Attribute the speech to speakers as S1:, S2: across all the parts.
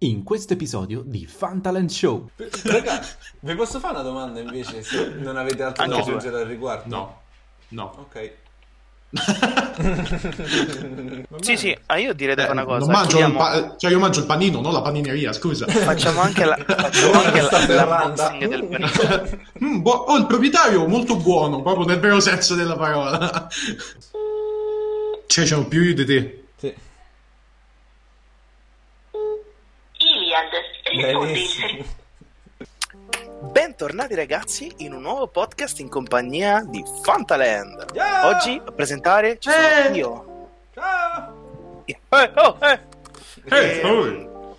S1: in questo episodio di Fantaland Show.
S2: Raga, vi posso fare una domanda invece se non avete altro
S3: Anche
S2: da
S3: tu,
S2: aggiungere al riguardo?
S4: No, no.
S2: Ok.
S3: Sì, sì, ah, io direi da fare una
S4: Eh,
S3: cosa.
S4: non mangio il
S3: Chiudiamo-
S4: pa- cioè io mangio il panino, non la panineria, scusa.
S3: Facciamo anche la facciamo
S2: Ora
S3: anche
S2: sta
S3: la-
S2: ferrando.
S3: l'unboxing del panino.
S4: Mm, buo- oh, il proprietario molto buono, proprio nel vero senso della parola. Cioè, c'è più io di te.
S2: Sì.
S5: Iliad, risponde il servizio.
S2: Benissimo.
S3: Bentornati ragazzi in un nuovo podcast in compagnia di Fantaland.
S2: Yeah!
S3: Oggi a presentare ci sono io.
S2: Ciao!
S3: Eh, oh, eh.
S4: Eh,
S3: Eh,
S4: oh.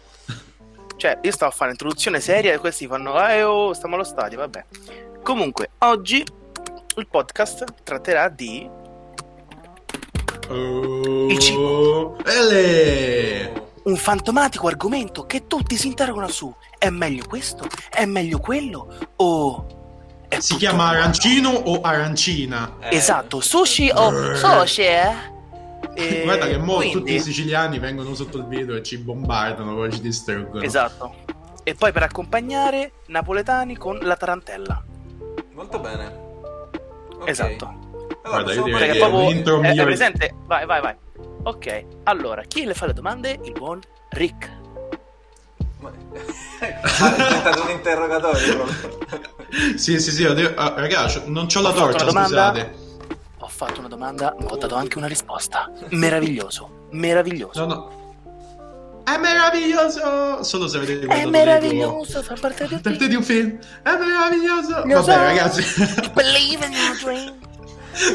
S3: Cioè, io stavo a fare un'introduzione seria e questi fanno "Eh, oh, stiamo allo stadio", vabbè. Comunque, oggi il podcast tratterà di
S4: Oh.
S3: Il
S4: Ele.
S3: un fantomatico argomento che tutti si interrogano su. È meglio questo? È meglio quello? O è
S4: Si
S3: tutto
S4: chiama
S3: uguale?
S4: arancino o arancina?
S2: Eh,
S3: Esatto, sushi o sushi, eh? E
S4: Guarda che mo
S3: Eh, quindi-
S4: tutti i siciliani vengono sotto il video e ci bombardano, poi ci distruggono.
S3: Esatto. E poi per accompagnare napoletani con la tarantella.
S2: Molto bene. Ok.
S3: Esatto.
S2: Allora,
S4: Guarda, io
S2: possiamo
S3: Cioè
S4: direi Perché
S2: partire-
S3: che
S4: Eh, è
S3: proprio
S4: l'intro
S3: è, è
S4: migliore.
S3: presente. Vai, vai, vai. Ok. Allora, chi le fa le domande? Il buon Rick.
S2: Ma- Ah, è diventato un interrogatorio proprio.
S4: Sì, sì, sì, ho de- ah, raga, c'ho- non c'ho la
S3: Ho fatto
S4: torcia,
S3: una domanda.
S4: scusate.
S3: Ho fatto una domanda, ma ho dato anche una risposta. Meraviglioso, meraviglioso.
S4: No, no. È meraviglioso! Solo se avete
S3: È
S4: guardato Lego.
S3: meraviglioso, fa parte di
S4: Parte
S3: tutti.
S4: di un film. È meraviglioso!
S3: Lo
S4: Vabbè,
S3: so.
S4: ragazzi.
S3: Believe in your dream.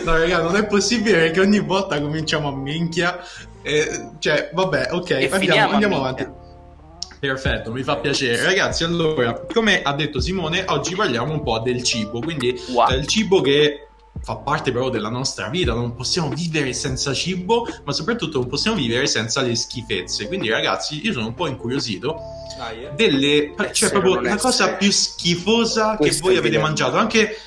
S4: No, raga, non è possibile che ogni volta cominciamo a minchia. E, cioè, vabbè, ok, andiamo,
S3: finiamo a
S4: andiamo
S3: minchia.
S4: avanti. Perfetto, mi fa piacere. Ragazzi, allora, come ha detto Simone, oggi parliamo un po' del cibo, quindi
S3: Wow.
S4: del Cioè, cibo che fa parte però della nostra vita, non possiamo vivere senza cibo, ma soprattutto non possiamo vivere senza le schifezze. Quindi ragazzi, io sono un po' incuriosito
S2: Dai, eh.
S4: delle
S3: Essere
S4: cioè proprio
S3: non
S4: la
S3: essere.
S4: cosa più schifosa che
S3: Questo
S4: voi
S3: è
S4: avete
S3: evidente.
S4: mangiato anche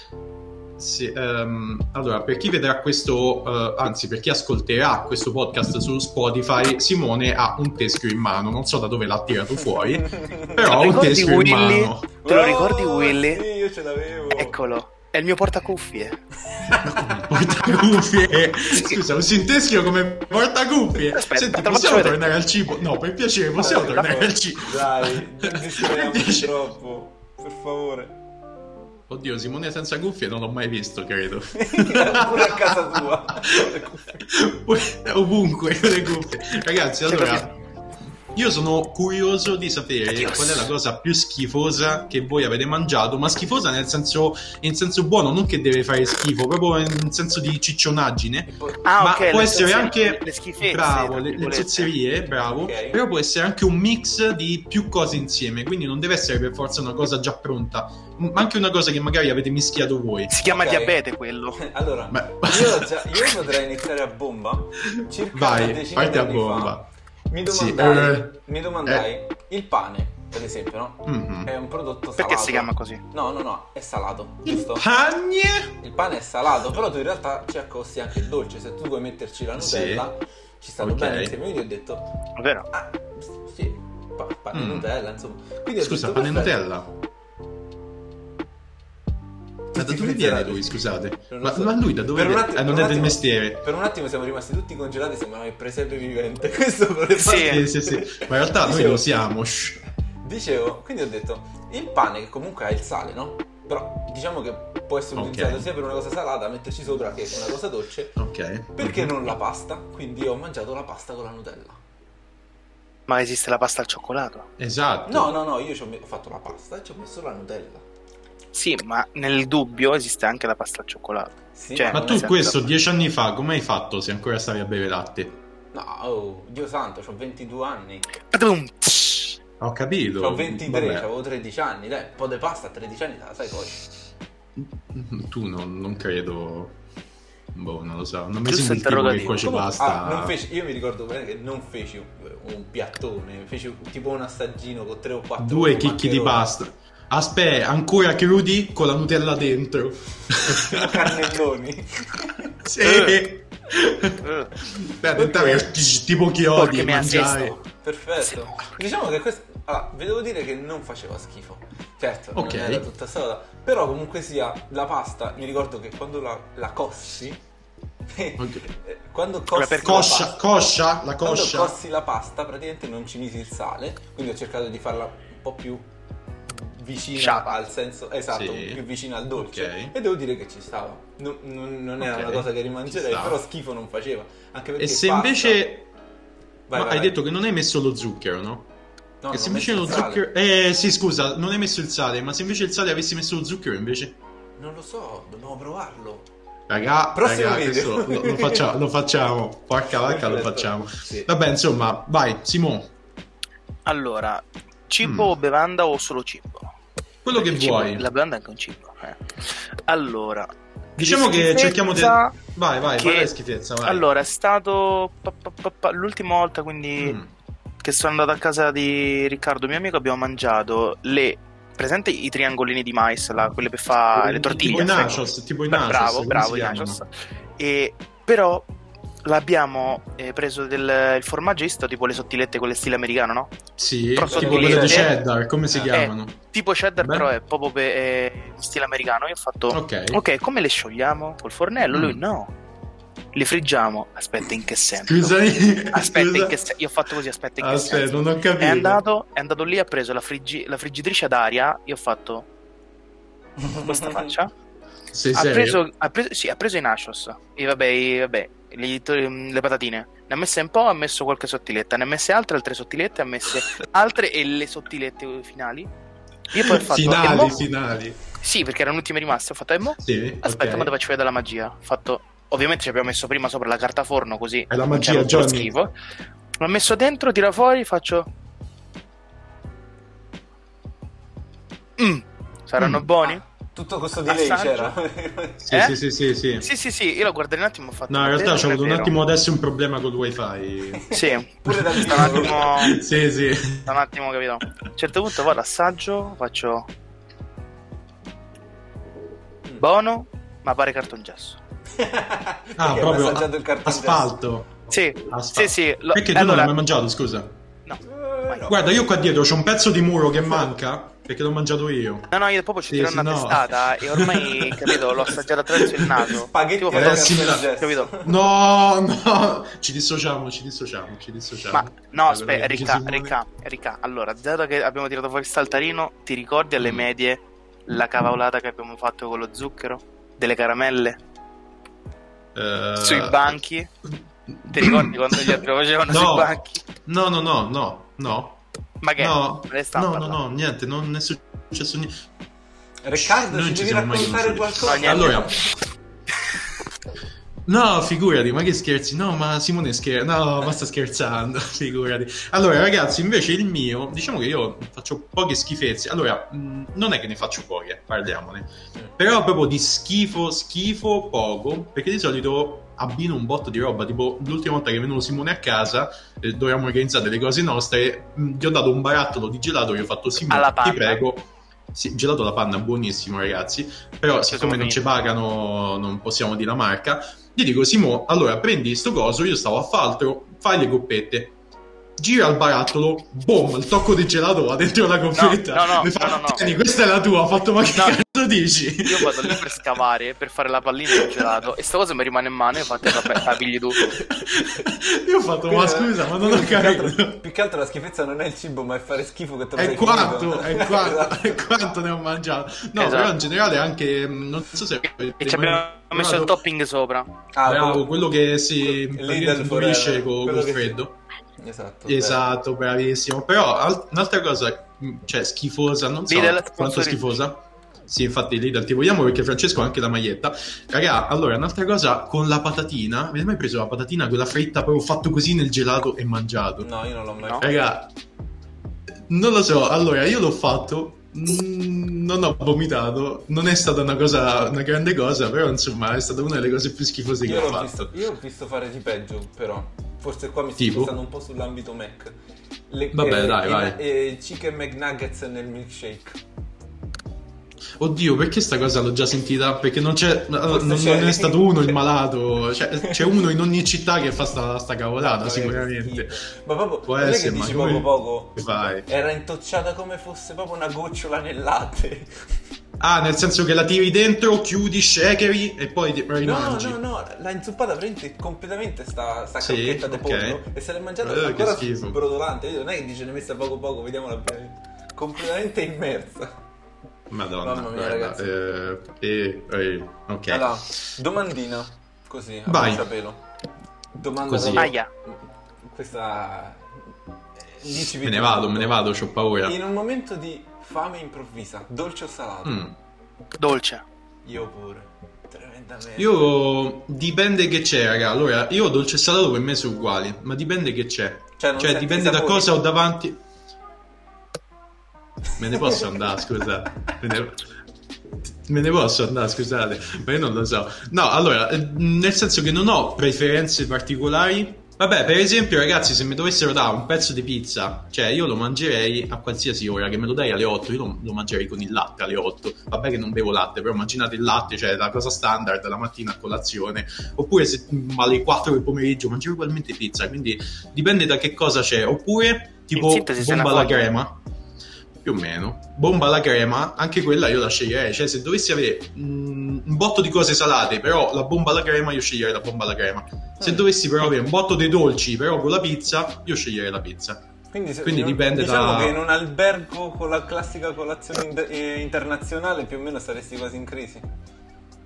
S4: se, ehm, allora per chi vedrà questo eh, anzi per chi ascolterà questo podcast su Spotify Simone ha un teschio in mano non so da dove l'ha tirato fuori però ha un
S3: Cioè, Ricordi
S4: teschio in
S3: Willy?
S4: mano
S3: Te lo ricordi, Willy?
S2: Oh,
S3: Ecco.
S2: Sì, io ce l'avevo.
S3: Eccolo. È il mio portacuffie.
S4: portacuffie scusa usi un teschio come portacuffie
S3: Aspetta,
S4: senti
S3: te lo
S4: possiamo
S3: faccio vedere.
S4: tornare al cibo no per piacere possiamo
S2: Dai,
S4: tornare
S2: dai.
S4: al cibo
S2: Dai, non discutiamoci
S4: Dice-
S2: troppo. Per favore.
S4: oddio Simone senza cuffie non l'ho mai visto credo
S2: Pure a casa tua.
S4: ovunque con le cuffie. Ragazzi, allora io sono curioso di sapere
S3: Adios.
S4: qual è la cosa più schifosa che voi avete mangiato, ma schifosa nel senso in senso buono, non che deve fare schifo, proprio in senso di ciccionaggine.
S3: Ah,
S4: ma
S3: ok, le
S4: può essere
S3: schifezze-
S4: anche
S3: le schifezze,
S4: bravo,
S3: tra
S4: le, le
S3: virgolette.
S4: zozzerie, bravo,
S2: Ok.
S4: però può essere anche un mix di più cose insieme, quindi non deve essere per forza una cosa già pronta, m- ma anche una cosa che magari avete mischiato voi.
S3: Si chiama
S2: Ok.
S3: diabete quello.
S2: Allora,
S4: Ma-
S2: io, già, io potrei iniziare a bomba. Circa una
S4: Vai,
S2: decina
S4: parte a
S2: di anni fa.
S4: bomba.
S2: Mi
S4: Sì,
S2: domandai,
S4: eh.
S2: mi domandai il pane, per esempio, no?
S4: Mhm.
S2: È un prodotto salato.
S3: Perché si chiama così?
S2: No, no, no, è salato, giusto?
S4: Pagne?
S2: Il pane è salato, però tu in realtà ci accosti anche il dolce. Se tu vuoi metterci la
S4: Sì.
S2: Nutella, ci sta
S4: Ok.
S2: bene insieme. Quindi ho detto,
S3: Vero?
S2: ah, s- sì, pa- pane e
S4: Mm.
S2: Nutella, insomma. Quindi ho
S4: Scusa,
S2: detto,
S4: pane e
S2: perfetto.
S4: Nutella. Ma da
S2: Tutti
S4: dove viene
S2: frizzerati.
S4: lui, scusate?
S2: Non lo
S4: Ma,
S2: so.
S4: ma lui da dove
S2: Per un
S4: viene?
S2: attimo-
S4: Eh,
S2: per
S4: non è
S2: un
S4: del
S2: attimo-
S4: mestiere.
S2: Per un attimo siamo rimasti tutti congelati, sembrava il presepe vivente. Questo voleva
S3: Sì.
S2: dire.
S4: Sì, sì, sì. Ma in realtà noi
S2: Dicevo-
S4: lo siamo. shh.
S2: Dicevo, quindi ho detto, il pane che comunque ha il sale, no? Però diciamo che può essere
S4: Ok.
S2: utilizzato sia per una cosa salata, metterci sopra che una cosa dolce.
S4: Ok.
S2: Perché non la pasta? Quindi ho mangiato la pasta con la Nutella.
S3: Ma esiste la pasta al cioccolato?
S4: Esatto.
S2: No, no, no, io ci ho, me- ho fatto la pasta e ci ho messo la Nutella.
S3: Sì, ma nel dubbio esiste anche la pasta al cioccolato.
S2: Sì,
S3: Cioè,
S4: Ma
S2: non
S4: tu
S2: è-
S3: Esatto.
S4: questo dieci anni fa, come hai fatto se ancora stavi a bere latte?
S2: No, oh, Dio santo, ho 22 anni.
S3: Padum!
S4: Ho capito.
S2: Ho 23,
S4: Vabbè.
S2: avevo 13 anni, dai, un po' di pasta a 13 anni, te la sai poi.
S4: Mm, Tu non, non credo... Boh, non lo so. Non mi
S3: Giusto
S4: sembra il tipo che
S3: interrogativo.
S4: cuoce
S2: Comunque-
S4: pasta.
S2: ah, non feci- io mi ricordo bene che non feci un, un piattone, feci tipo un assaggino con tre o quattro
S4: Due chicchi di
S2: maccheroni.
S4: pasta. Aspetta, ancora crudi con la Nutella dentro.
S2: cannelloni.
S4: Sì.
S3: Eh. Eh.
S4: Beh, dettare tipo chi
S3: Porca
S4: odi
S3: mia,
S4: mangiare.
S3: sesto.
S2: Perfetto. Diciamo che questo Allora, vi devo dire che non faceva schifo. Certo,
S4: Ok.
S2: non era tutta strada. Però comunque sia, la pasta, mi ricordo che quando la, la cossi... eh, quando cossi
S3: per
S2: la
S4: Coscia,
S2: pasta-
S4: coscia, la
S2: quando
S4: coscia.
S2: cossi la pasta praticamente non ci misi il sale, quindi ho cercato di farla un po' più vicina
S3: Sciapa.
S2: al senso esatto,
S4: Sì.
S2: più vicina al dolce.
S4: Ok.
S2: E devo dire che ci stava. Non, non- non era
S4: Ok,
S2: una cosa che
S4: ci
S2: rimangerei,
S4: sta.
S2: però schifo non faceva. Anche perché
S4: E se
S2: pasta-
S4: invece...
S2: Vai,
S4: ma
S2: vai,
S4: hai
S2: vai.
S4: detto che non hai messo lo zucchero, no?
S2: No, non
S4: che se
S2: ho
S4: invece
S2: messo
S4: lo
S2: il sale.
S4: zucchero... Eh sì, scusa, non hai messo il sale, ma se invece il sale avessi messo lo zucchero invece...
S2: Non lo so, dobbiamo provarlo.
S4: Raga,
S2: Prossimo
S4: raga,
S2: video.
S4: questo lo, lo facciamo, lo facciamo. Porca vacca, lo
S2: Perfetto.
S4: facciamo.
S2: Sì.
S4: Vabbè, insomma, vai, Simon,
S3: Allora, cibo
S4: Mm.
S3: o bevanda o solo cibo?
S4: quello che
S3: Il cibo-
S4: vuoi.
S3: La bevanda è anche un cibo. eh. Allora,
S4: Diciamo
S3: di
S4: che
S3: schifezza-
S4: cerchiamo di... Vai, vai,
S3: che-
S4: parla di schifezza, vai.
S3: Allora, è stato pa- pa- pa- pa- l'ultima volta quindi
S4: Mm.
S3: che sono andato a casa di Riccardo, mio amico, abbiamo mangiato le presente i triangolini di mais, là, quelle per fare le
S4: Tipo
S3: tortiglie.
S4: i
S3: ecco.
S4: nachos, tipo i
S3: Bra-
S4: nachos.
S3: bravo,
S4: come
S3: bravo
S4: si
S3: i
S4: chiamano?
S3: nachos. E però l'abbiamo eh, preso del il formaggista, tipo le sottilette quelle stile americano, no?
S4: Sì,
S3: Però
S4: tipo
S3: sono
S4: quello di
S3: lì, eh. ecco.
S4: cheddar, come si
S2: Eh.
S4: chiamano?
S3: Tipo cheddar,
S4: Beh.
S3: però è proprio per, eh, stile americano. Io ho fatto
S4: Ok.
S3: Ok, come le sciogliamo? Col fornello? Lui
S4: Mm.
S3: no. Le friggiamo. Aspetta, in che senso?
S4: Scusami.
S3: Aspetta,
S4: scusa.
S3: in che se- Io ho fatto così, aspetta, in che
S4: Aspetta,
S3: senso?
S4: non ho capito.
S3: È andato, è andato lì, ha preso la, friggi- la friggitrice ad aria. Io ho fatto questa faccia.
S4: Sei
S3: Ha
S4: serio?
S3: preso, ha preso- sì, ha preso i nachos. E vabbè, i- vabbè, gli to- mm, le patatine. Ne ha messe un po', ha messo qualche sottiletta. Ne ha messe altre, altre sottilette. Ha messe altre e le sottilette finali. Io poi ho fatto. e
S4: Finali,
S3: mo-
S4: finali.
S3: Sì, perché erano ultime rimaste. Ho fatto, e mo?
S4: Sì,
S3: Aspetta,
S4: ok.
S3: ma ti faccio vedere la magia. Ho Fatto... Ovviamente ci abbiamo messo prima sopra la carta forno così.
S4: È la
S3: non c'era
S4: magia,
S3: tutto lo
S4: Johnny.
S3: schifo. L'ho messo dentro, tira fuori, faccio. Mm, saranno
S4: Mm.
S3: buoni?
S2: Tutto questo delay
S3: Assaggio.
S2: c'era.
S4: Sì,
S3: eh?
S4: sì, sì, sì, sì.
S3: Sì, sì, sì, io l'ho guardato un attimo e ho fatto.
S4: No, in realtà
S3: "Ma
S4: c'ho
S3: non è
S4: avuto un
S3: vero".
S4: attimo adesso un problema col wifi.
S3: Sì,
S2: Pure da
S3: sta un
S2: vivo.
S3: attimo.
S4: sì, sì.
S3: sta un attimo, capito? A un certo punto vado assaggio, faccio. Buono, ma pare cartongesso.
S4: Ah,
S2: Perché
S4: proprio
S2: ha assaggiato il cartone
S4: asfalto.
S3: Sì,
S4: Asfalto.
S3: sì, sì. lo- eh,
S4: Ah, Perché tu non
S3: allora-
S4: l'hai mai mangiato, scusa?
S3: No.
S2: Eh,
S3: Vai.
S2: no.
S4: Guarda, io qua dietro c'ho un pezzo di muro che manca perché l'ho mangiato io.
S3: No, no, io proprio ci
S4: Sì,
S3: tiro
S4: sì,
S3: una
S4: no.
S3: testata e ormai, capito, l'ho assaggiato attraverso il naso.
S2: Spaghetti
S3: Tipo,
S2: alla
S3: faccio-
S4: ragazzi,
S2: cartone
S4: me
S2: gesso.
S3: capito?
S4: No, no, ci dissociamo, ci dissociamo, ci dissociamo.
S3: Ma no, aspetta,
S4: Allora,
S3: ricca,
S4: Giuseppe-
S3: ricca, ricca. Allora, dato che abbiamo tirato fuori il saltarino, ti ricordi
S4: Mm.
S3: alle medie la cavolata che abbiamo fatto con lo zucchero? Delle caramelle?
S4: Eh,
S3: Sui banchi? Ti ricordi quando gli altri facevano
S4: No.
S3: sui banchi?
S4: No, no, no, no, no.
S3: Ma che?
S4: No,
S3: Me ne sta
S4: no, no,
S3: parlando.
S4: no, niente, non è successo niente.
S2: Riccardo,
S4: Non
S2: ci
S4: ci
S2: devi
S4: siamo mai
S2: raccontare
S4: conosciuti.
S2: qualcosa.
S3: No, niente.
S4: Allora. No, figurati, ma che scherzi? No, ma Simone scherza. No, ma sta scherzando, figurati. Allora, ragazzi, invece il mio, diciamo che io faccio poche schifezze. Allora, mh, non è che ne faccio poche, parliamone. Però proprio di schifo, schifo, poco, perché di solito abbino un botto di roba. Tipo, l'ultima volta che è venuto Simone a casa, eh, dovevamo organizzare le cose nostre, mh, gli ho dato un barattolo di gelato, gli ho fatto Simone,
S3: Alla
S4: ti
S3: panna.
S4: prego. Sì, gelato alla panna, buonissimo, ragazzi. Però,
S3: Sì,
S4: siccome
S3: sono
S4: non ci
S3: finito.
S4: pagano, non possiamo dire la marca. Gli dico, Simo, allora prendi sto coso, io stavo a Faltro, fai le coppette. Gira il barattolo, boom, il tocco di gelato va dentro la coppetta.
S3: No, no, no,
S4: Mi fa,
S3: no, no, no.
S4: "Tieni, questa è la tua, ho fatto, ma che
S3: No.
S4: cazzo dici?
S3: Io vado lì per scavare, per fare la pallina del gelato e sta cosa mi rimane in mano e fate, vabbè, la pigli tu. eh,
S4: Io ho fatto, ma scusa, ma non ho
S2: Quindi, più che altro-
S4: capito.
S2: Più che altro la schifezza non è il cibo, ma è fare schifo che te lo
S4: È
S2: sei
S4: quanto,
S2: finito.
S4: è quanto,
S2: Esatto.
S4: è quanto ne ho mangiato. No,
S3: Esatto.
S4: però in generale anche, mh, non so se...
S3: E ci abbiamo messo il topping sopra.
S2: Ah,
S4: Bravo,
S2: quello-
S4: quello che si
S2: Lì
S4: praticamente
S2: del
S4: indurisce
S2: forello,
S4: con
S2: quello
S4: col
S2: che si-
S4: freddo.
S2: Esatto.
S4: Esatto, bravissimo. Però al- un'altra cosa, mh, cioè schifosa, non so
S3: Lidl,
S4: quanto
S3: sponsorizzi.
S4: schifosa. Sì, infatti Lidl ti vogliamo perché Francesco ha anche la maglietta. Raga, allora, un'altra cosa con la patatina. Avete mai preso la patatina quella fritta proprio fatto così nel gelato e mangiato?
S2: No, io non l'ho mai
S3: No.
S2: fatto.
S4: Raga, non lo so. Allora, io l'ho fatto. mm, Non ho vomitato, non è stata una cosa, una grande cosa, però insomma è stata una delle cose più schifose che
S2: Io,
S4: ho
S2: l'ho
S4: fatto.
S2: visto, io ho visto fare di peggio, però. Forse qua mi sto
S4: Tipo?
S2: spostando un po' sull'ambito Mac. Le- eh,
S4: Vabbè, dai,
S2: i-
S4: vai. Ah,
S2: eh, chicken McNuggets nel milkshake.
S4: Oddio, perché sta cosa l'ho già sentita? Perché non c'è. Non, non
S2: c'è.
S4: è stato uno il malato. Cioè, c'è uno in ogni città che fa sta, sta cavolata,
S2: Vabbè,
S4: sicuramente.
S2: schifo. Ma proprio
S4: Può
S2: non è che
S4: essere,
S2: dici
S4: ma
S2: poco
S4: come-
S2: poco.
S4: Vai.
S2: Era intocciata come fosse proprio una gocciola nel latte.
S4: Ah, nel senso che la tiri dentro, chiudi, shakeri e poi ti
S2: No, no,
S4: la rimangi.
S2: no, no, l'ha inzuppata veramente completamente sta, sta
S4: Sì,
S2: crocchetta di
S4: ok.
S2: pollo e se l'è mangiata
S4: Eh, che
S2: ancora
S4: schifo.
S2: brodolante. Io non è che dice ne messa poco poco, vediamola bene. Completamente immersa.
S4: Madonna,
S2: Mamma mia,
S4: guarda,
S2: ragazzi.
S4: eh, eh, eh, ok.
S2: Allora, domandina, così, a
S4: Vai.
S2: bruciapelo. Domanda
S4: Così.
S2: proprio-
S3: Aia.
S2: Questa... eh, dici
S4: me ne
S2: più.
S4: vado, me ne vado, ho paura.
S2: In un momento di fame improvvisa, dolce o salato?
S4: Mm.
S3: Dolce.
S2: Io pure. Tremendamente.
S4: Io dipende che c'è, raga. Allora, io dolce e salato per me sono uguali, ma dipende che c'è.
S2: Cioè, non
S4: Cioè,
S2: senti
S4: dipende da
S2: sapori.
S4: cosa ho davanti. Me ne posso andare, scusate. Me ne... me ne posso andare, scusate, ma io non lo so. No, allora, eh, nel senso che non ho preferenze particolari. Vabbè, per esempio, ragazzi, se mi dovessero dare un pezzo di pizza, cioè io lo mangerei a qualsiasi ora, che me lo dai alle 8, io lo, lo mangerei con il latte alle 8. Vabbè che non bevo latte, però immaginate il latte, cioè la cosa standard la mattina a colazione, oppure se ma alle 4 del pomeriggio mangio ugualmente pizza, quindi dipende da che cosa c'è, oppure tipo
S3: In sintesi, sei
S4: bomba
S3: una
S4: alla
S3: foglia.
S4: crema più o meno. Bomba alla crema, anche quella io la sceglierei. Cioè, se dovessi avere mm, un botto di cose salate, però la bomba alla crema, io sceglierei la bomba alla crema. Se dovessi però avere un botto dei dolci, però con la pizza, io sceglierei la pizza.
S2: Quindi, se-
S4: quindi
S2: in un-
S4: dipende
S2: diciamo
S4: da-
S2: che in un albergo con la classica colazione in- eh, internazionale più o meno saresti quasi in crisi.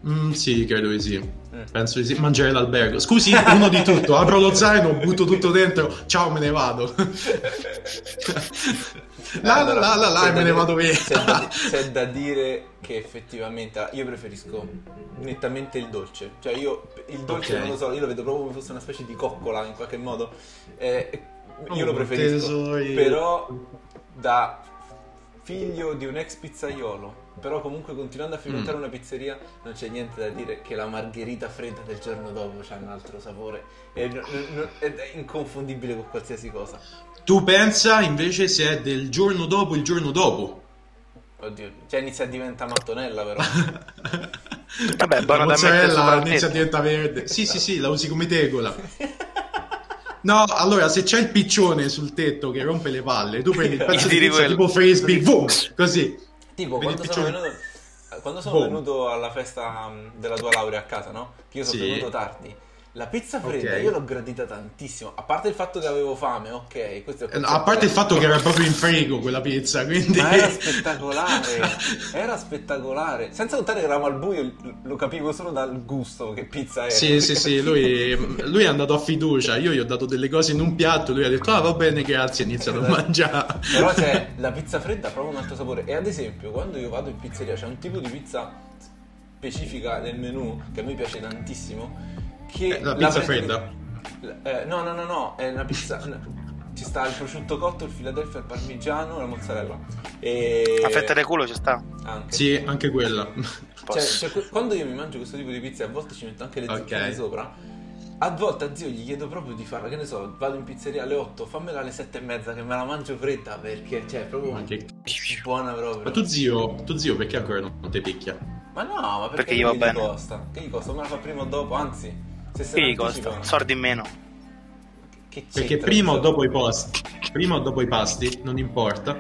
S4: Mm, sì, credo di sì.
S2: Mm.
S4: Penso di sì. Mangiare l'albergo. Scusi, uno di tutto. Apro lo zaino, butto tutto dentro. Ciao, me ne vado. La,
S2: Allora,
S4: la, la, la,
S2: c'è da
S4: e me ne
S2: dire-
S4: vado via.
S2: C'è da, c'è da dire che effettivamente ah, io preferisco nettamente il dolce. Cioè, io il dolce
S4: Ok.
S2: non lo so, io lo vedo proprio come fosse una specie di coccola in qualche modo. Eh, io
S4: Oh,
S2: lo preferisco.
S4: tesori.
S2: Però da figlio di un ex pizzaiolo. Però comunque continuando a frequentare
S4: Mm.
S2: una pizzeria non c'è niente da dire che la margherita fredda del giorno dopo c'ha un altro sapore e n- n- ed è inconfondibile con qualsiasi cosa.
S4: Tu pensa invece se è del giorno dopo il giorno dopo.
S2: Oddio, cioè inizia a diventare mattonella però.
S3: Vabbè,
S4: la
S3: buona da mettere sopra
S4: mozzarella
S3: il
S4: inizia a
S3: tetto.
S4: diventare verde. Sì, sì, sì, la usi come tegola. No, allora, se c'è il piccione sul tetto che rompe le palle, tu prendi il pezzo
S3: Gli
S4: di
S3: tiri
S4: pizza
S3: quello.
S4: tipo frisbee, boom, così.
S2: Tipo,
S4: Vedi
S2: quando
S4: il
S2: sono,
S4: piccione?
S2: venuto, quando sono
S4: Boom.
S2: venuto alla festa mh, della tua laurea a casa, no? Che io sono
S4: Sì.
S2: venuto tardi. La pizza fredda
S4: Ok.
S2: io l'ho gradita tantissimo, a parte il fatto che avevo fame, ok, questo è
S4: Eh, no, A parte il fatto che era proprio in frigo quella pizza, quindi...
S2: Ma era spettacolare, era spettacolare. Senza contare che eravamo al buio, lo capivo solo dal gusto che pizza era.
S4: Sì, sì, sì, lui, lui è andato a fiducia, io gli ho dato delle cose in un piatto, lui ha detto, ah, va bene, grazie, ha iniziato a mangiare.
S2: Però c'è la pizza fredda ha proprio un altro sapore. E ad esempio, quando io vado in pizzeria, c'è un tipo di pizza specifica nel menù che a me piace tantissimo. Che
S4: Eh, la pizza
S2: prendo- Eh, no, no, no, no, è una pizza. no. Ci sta il prosciutto cotto, il Philadelphia, il parmigiano, la mozzarella. E...
S3: La fetta del culo ci sta.
S2: Anche.
S4: Sì, anche quella.
S2: Cioè,
S3: Posso.
S2: cioè, que- quando io mi mangio questo tipo di pizza, a volte ci metto anche le
S4: Ok.
S2: zucchine sopra. A volte a zio gli chiedo proprio di farla, che ne so, vado in pizzeria alle 8, fammela alle 7 e mezza che me la mangio fredda perché, cioè, è proprio
S4: Ma che-
S2: buona proprio.
S4: Ma tu zio, tu zio perché ancora non non te picchia?
S2: Ma no, ma perché,
S3: Perché gli va
S2: che
S3: bene.
S2: costa? Che gli costa? Me la fa prima o dopo, anzi, se se
S3: Che
S2: ne
S3: gli costa?
S2: anticipano.
S3: Sordi in meno.
S2: Che
S4: Perché
S2: c'entra?
S4: prima o dopo i posti, prima o dopo i pasti, non importa.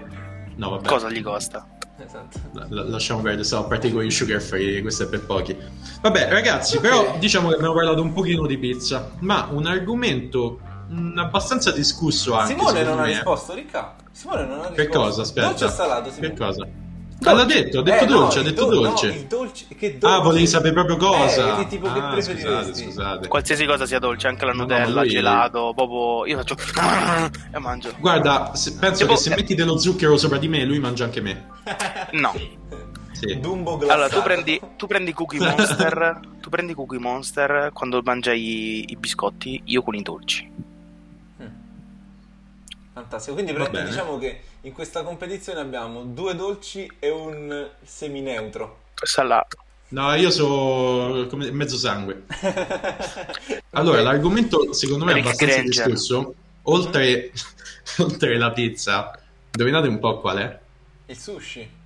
S4: No, vabbè.
S3: Cosa gli costa?
S2: Esatto.
S4: La- la- lasciamo perdere, stavo a parte con i sugar free, questo è per pochi. Vabbè, ragazzi, però diciamo che abbiamo parlato un pochino di pizza, ma un argomento mh, abbastanza discusso anche.
S2: Simone
S4: secondo
S2: non ha
S4: me.
S2: risposto, ricca. Simone non ha risposto.
S4: Che cosa? Aspetta.
S2: Dolce o salato, Simone?
S4: Che cosa? Ma l'ha detto, ha detto
S2: Eh, no,
S4: dolce, ha
S2: il
S4: detto
S2: dol- no,
S4: dolce.
S2: il dolce, che dolce.
S4: Ah, volevi sapere proprio cosa?
S2: Eh, che tipo
S4: Ah,
S2: che
S4: scusate,
S2: preferiresti?
S4: scusate.
S3: Qualsiasi cosa sia dolce, anche la
S4: No, no,
S3: Nutella,
S4: ma lui-
S3: gelato, proprio. Io faccio. e mangio.
S4: Guarda, se- penso
S3: Tipo- eh.
S4: che se metti dello zucchero sopra di me, lui mangia anche me.
S3: No.
S4: Sì.
S2: Dumbo glassato.
S3: Allora, tu prendi, tu prendi Cookie Monster. tu prendi Cookie Monster quando mangia i, i biscotti, io con i dolci.
S2: Fantastico, quindi
S4: Va
S2: prendi-
S4: bene.
S2: diciamo che in questa competizione abbiamo due dolci e un semineutro.
S3: Questa là.
S4: No, io sono come mezzo sangue. Allora,
S2: Ok.
S4: l'argomento secondo me è
S3: Rick
S4: abbastanza
S3: Granger.
S4: discusso. Oltre, oltre la pizza, indovinate un po' qual è?
S2: Il sushi.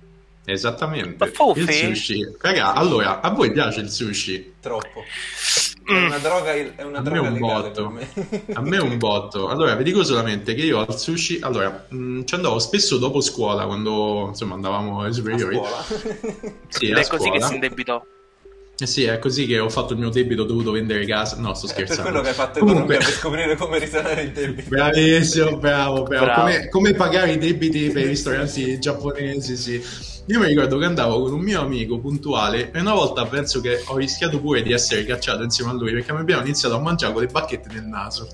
S4: Esattamente.
S3: Ma fuffi?
S4: Il sushi. Raga, allora, a voi piace il sushi?
S2: Troppo. È una droga, è una
S4: Mm. A me
S2: droga
S4: un
S2: legale per
S4: botto.
S2: me.
S4: A me è un botto. Allora, vi dico solamente che io al sushi, allora, mh, ci andavo spesso dopo scuola, quando insomma andavamo ai
S2: A
S4: superiori.
S2: scuola.
S4: Sì,
S3: Ed
S4: a
S3: è così che
S4: scuola.
S3: si indebitò.
S4: Eh Sì, è così che ho fatto il mio debito, ho dovuto vendere casa. No, sto
S2: È per
S4: scherzando.
S2: quello che hai fatto
S4: Comunque-
S2: economia, per scoprire come risanare il debito.
S4: Bravissimo, bravo, bravo.
S3: Bravo.
S4: Come, come pagare i debiti per i ristoranti giapponesi, sì. Io mi ricordo che andavo con un mio amico puntuale e una volta penso che ho rischiato pure di essere cacciato insieme a lui perché mi abbiamo iniziato a mangiare con le bacchette nel naso.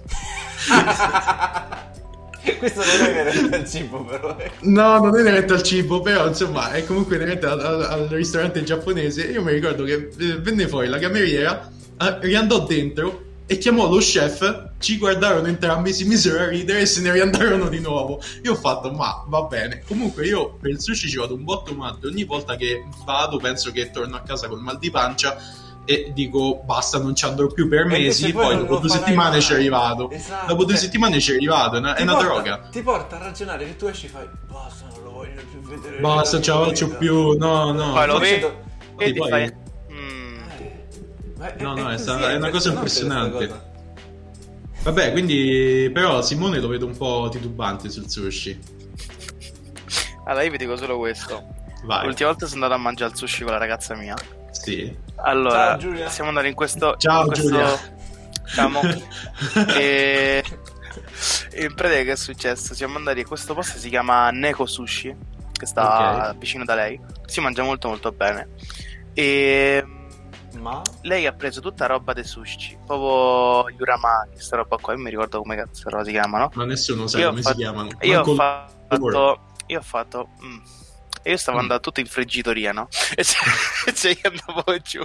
S2: Questo non è inerente al cibo, però. eh.
S4: No, non è inerente al cibo, però insomma è comunque inerente al, al- al ristorante giapponese. Io mi ricordo che eh, venne fuori la cameriera, eh, riandò dentro e chiamò lo chef, ci guardarono entrambi, si misero a ridere e se ne riandarono di nuovo. Io ho fatto, ma va bene. Comunque io per il sushi ci vado un botto matto, ogni volta che vado penso che torno a casa col mal di pancia e dico basta, non ci andrò più per
S2: E invece
S4: mesi, poi
S2: non
S4: dopo
S2: lo
S4: due
S2: farai
S4: settimane
S2: mai.
S4: ci arrivato.
S2: Esatto,
S4: Dopo due
S2: cioè,
S4: settimane ci arrivato, è una, è
S2: ti
S4: una
S2: porta-
S4: droga.
S2: Ti porta a ragionare che tu esci e fai basta, non lo voglio più vedere.
S4: Basta,
S2: nella
S4: ce la
S2: mia
S4: faccio
S2: vita".
S4: più. No, no.
S3: Poi lo
S2: forse
S3: vedi
S2: do-
S3: e
S4: sì,
S3: ti
S4: poi-
S3: fai... Mm.
S2: Ma
S4: No, no, è
S2: così,
S4: stata- è una cosa impressionante.
S2: eh, questa cosa.
S4: Vabbè, quindi. Però Simone lo vedo un po' titubante sul sushi.
S3: Allora io vi dico solo questo.
S4: Vai.
S3: L'ultima volta sono andato a mangiare il sushi con la ragazza mia.
S4: Sì.
S3: Allora,
S2: Ciao, Giulia.
S3: siamo andati in questo...
S4: Ciao,
S3: in questo...
S4: Giulia.
S3: Ciao, mo. e... e in pratica che è successo? Siamo andati a questo posto si chiama Neko Sushi, che sta
S4: Ok.
S3: vicino da lei. Si mangia molto molto bene. E mm,
S2: Ma
S3: lei ha preso tutta roba dei sushi, proprio gli uramaki, sta roba qua, io non mi ricordo come cazzo roba si chiama, no?
S4: Ma nessuno sa
S3: Io ho
S4: Cioè, come
S3: fatto-
S4: si chiamano.
S3: Io
S4: Manco
S3: ho
S4: il loro.
S3: fatto. Io ho fatto. mm. E io stavo
S4: Mm.
S3: andando tutto in friggitoria, no? E cioè, e cioè io andavo giù.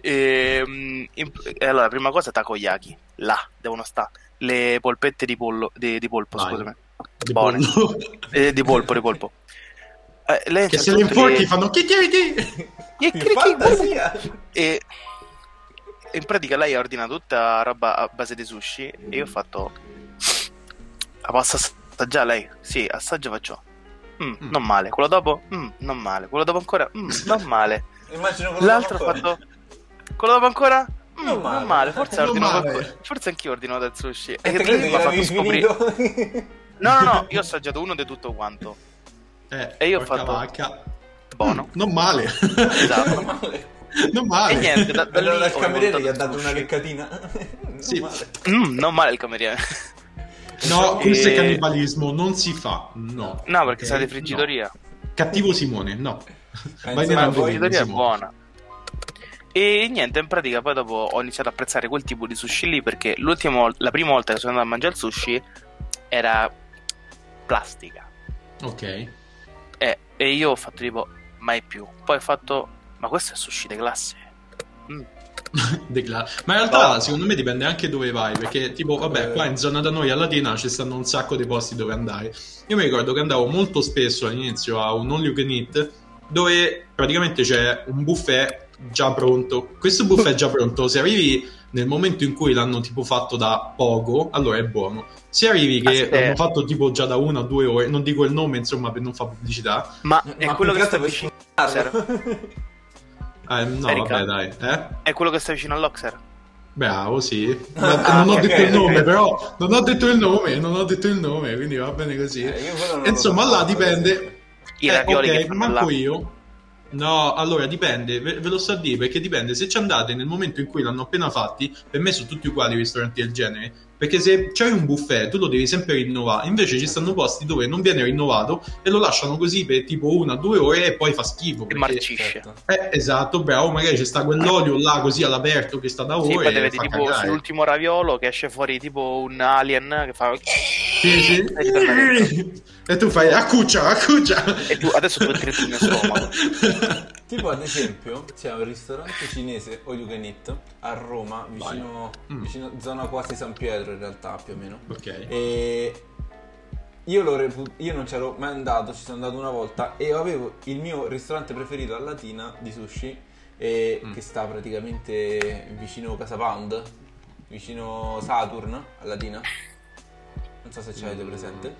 S3: E, mm, in- e allora, prima cosa, takoyaki. Là devono stare le polpette di, pollo, di, di polpo,
S4: Vai.
S3: scusami.
S4: Di
S3: Buone.
S4: pollo.
S3: Eh, di polpo, di polpo. Eh, lei a un
S4: Che se
S3: certo
S4: le
S3: punto
S4: inforchi
S3: che-
S4: fanno chi chi
S3: e-
S2: in
S3: che- che-
S2: fantasia!
S3: e e in pratica lei ha ordinato tutta roba a base di sushi e io ho fatto la posso assaggiare lei? Sì, assaggio faccio "Mm,
S4: Mm.
S3: non male, quello dopo? "Mm, non male, quello dopo ancora? "Mm, non male
S2: Immagino quello
S3: l'altro ha
S2: che fa-
S3: fatto quello dopo ancora? "Mm,
S2: Non
S3: non,
S2: male."
S3: male. forse
S4: Non
S3: ordino
S4: male.
S3: qualcosa forse anch'io ordino del sushi
S2: E
S3: e
S2: te
S3: lei
S2: credi che
S3: mi ha fatto
S2: l'avevi
S3: scoprire
S2: finito?
S3: no no no, io ho assaggiato uno di tutto quanto
S4: Eh,
S3: E io ho
S4: porca
S3: fatto-
S4: vacca.
S3: buono,
S4: Non male.
S3: esatto
S2: Non male.
S4: non male.
S3: e niente, da, da lì
S2: Allora il
S3: ho
S2: cameriere gli ha
S3: montato il
S2: dato una
S3: sushi.
S2: leccatina. Non
S4: Sì.
S2: male.
S3: Mm, non male il cameriere
S4: No,
S2: E-
S4: questo è cannibalismo, non si fa. No.
S3: no perché
S4: Ok?
S3: sa di friggitoria
S4: No. Cattivo Simone, no.
S2: Ma
S4: Vai
S2: insomma,
S4: nella
S3: Ma la
S2: poi-
S4: bene,
S3: friggitoria è
S4: Simone.
S3: buona. E niente, in pratica poi dopo ho iniziato a apprezzare quel tipo di sushi lì perché l'ultima vol- la prima volta che sono andato a mangiare il sushi era plastica.
S4: Ok.
S3: Eh, e io ho fatto tipo mai più. Poi ho fatto ma questo è sushi di classe. Mm.
S4: Decla- Ma in realtà,
S3: No.
S4: secondo me dipende anche dove vai, perché tipo, vabbè,
S2: Eh.
S4: qua in zona da noi a Latina ci stanno un sacco di posti dove andare. Io mi ricordo che andavo molto spesso all'inizio a un all you can eat dove praticamente c'è un buffet già pronto. Questo buffet già pronto, se arrivi nel momento in cui l'hanno tipo fatto da poco, allora è buono. Se arrivi che
S3: Aspetta.
S4: l'hanno fatto tipo già da una o due ore, non dico il nome, insomma, per non fare pubblicità.
S3: Ma,
S2: Ma
S3: è quello
S2: più
S3: che
S2: che
S3: sta
S2: altro
S3: vicino all'Oxer.
S2: per-
S4: Eh, no,
S3: Erika.
S4: vabbè, dai, eh.
S3: È quello che sta vicino all'Oxer.
S4: Bravo, sì.
S2: Ah,
S4: non ho
S2: ok,
S4: detto
S2: ok.
S4: il nome, però non ho detto il nome, non ho detto il nome, quindi va bene così.
S2: Eh, io quello non lo
S4: Insomma,
S2: so.
S4: là dipende.
S3: I
S4: Eh,
S3: ravioli
S4: ok,
S3: che fanno là.
S4: manco io. No, allora dipende, ve, ve lo so dire perché dipende. Se ci andate nel momento in cui l'hanno appena fatti, per me sono tutti uguali i ristoranti del genere. Perché se c'hai un buffet, tu lo devi sempre rinnovare. Invece ci stanno posti dove non viene rinnovato e lo lasciano così per tipo una, due ore e poi fa schifo.
S3: E
S4: perché-
S3: marcisce.
S2: Certo.
S4: eh, esatto, bravo, magari c'è sta quell'olio là così all'aperto che sta da ore.
S3: Sì, poi vedi
S4: fa
S3: tipo
S4: cagare.
S3: sull'ultimo raviolo che esce fuori tipo un alien che fa
S4: Sì, sì. E tu fai accuccia, accuccia.
S3: E tu- adesso tu entri nel stomaco.
S2: Tipo ad esempio c'è un ristorante cinese all you can eat a Roma, vicino,
S4: Mm.
S2: vicino- zona quasi San Pietro in realtà più o meno.
S4: Ok.
S2: E io, lo repu- io non c'ero mai andato, ci sono andato una volta e avevo il mio ristorante preferito a Latina di sushi e-
S4: Mm.
S2: che sta praticamente vicino Casa Pound, vicino Saturn a Latina. Non so se ce l'avete presente.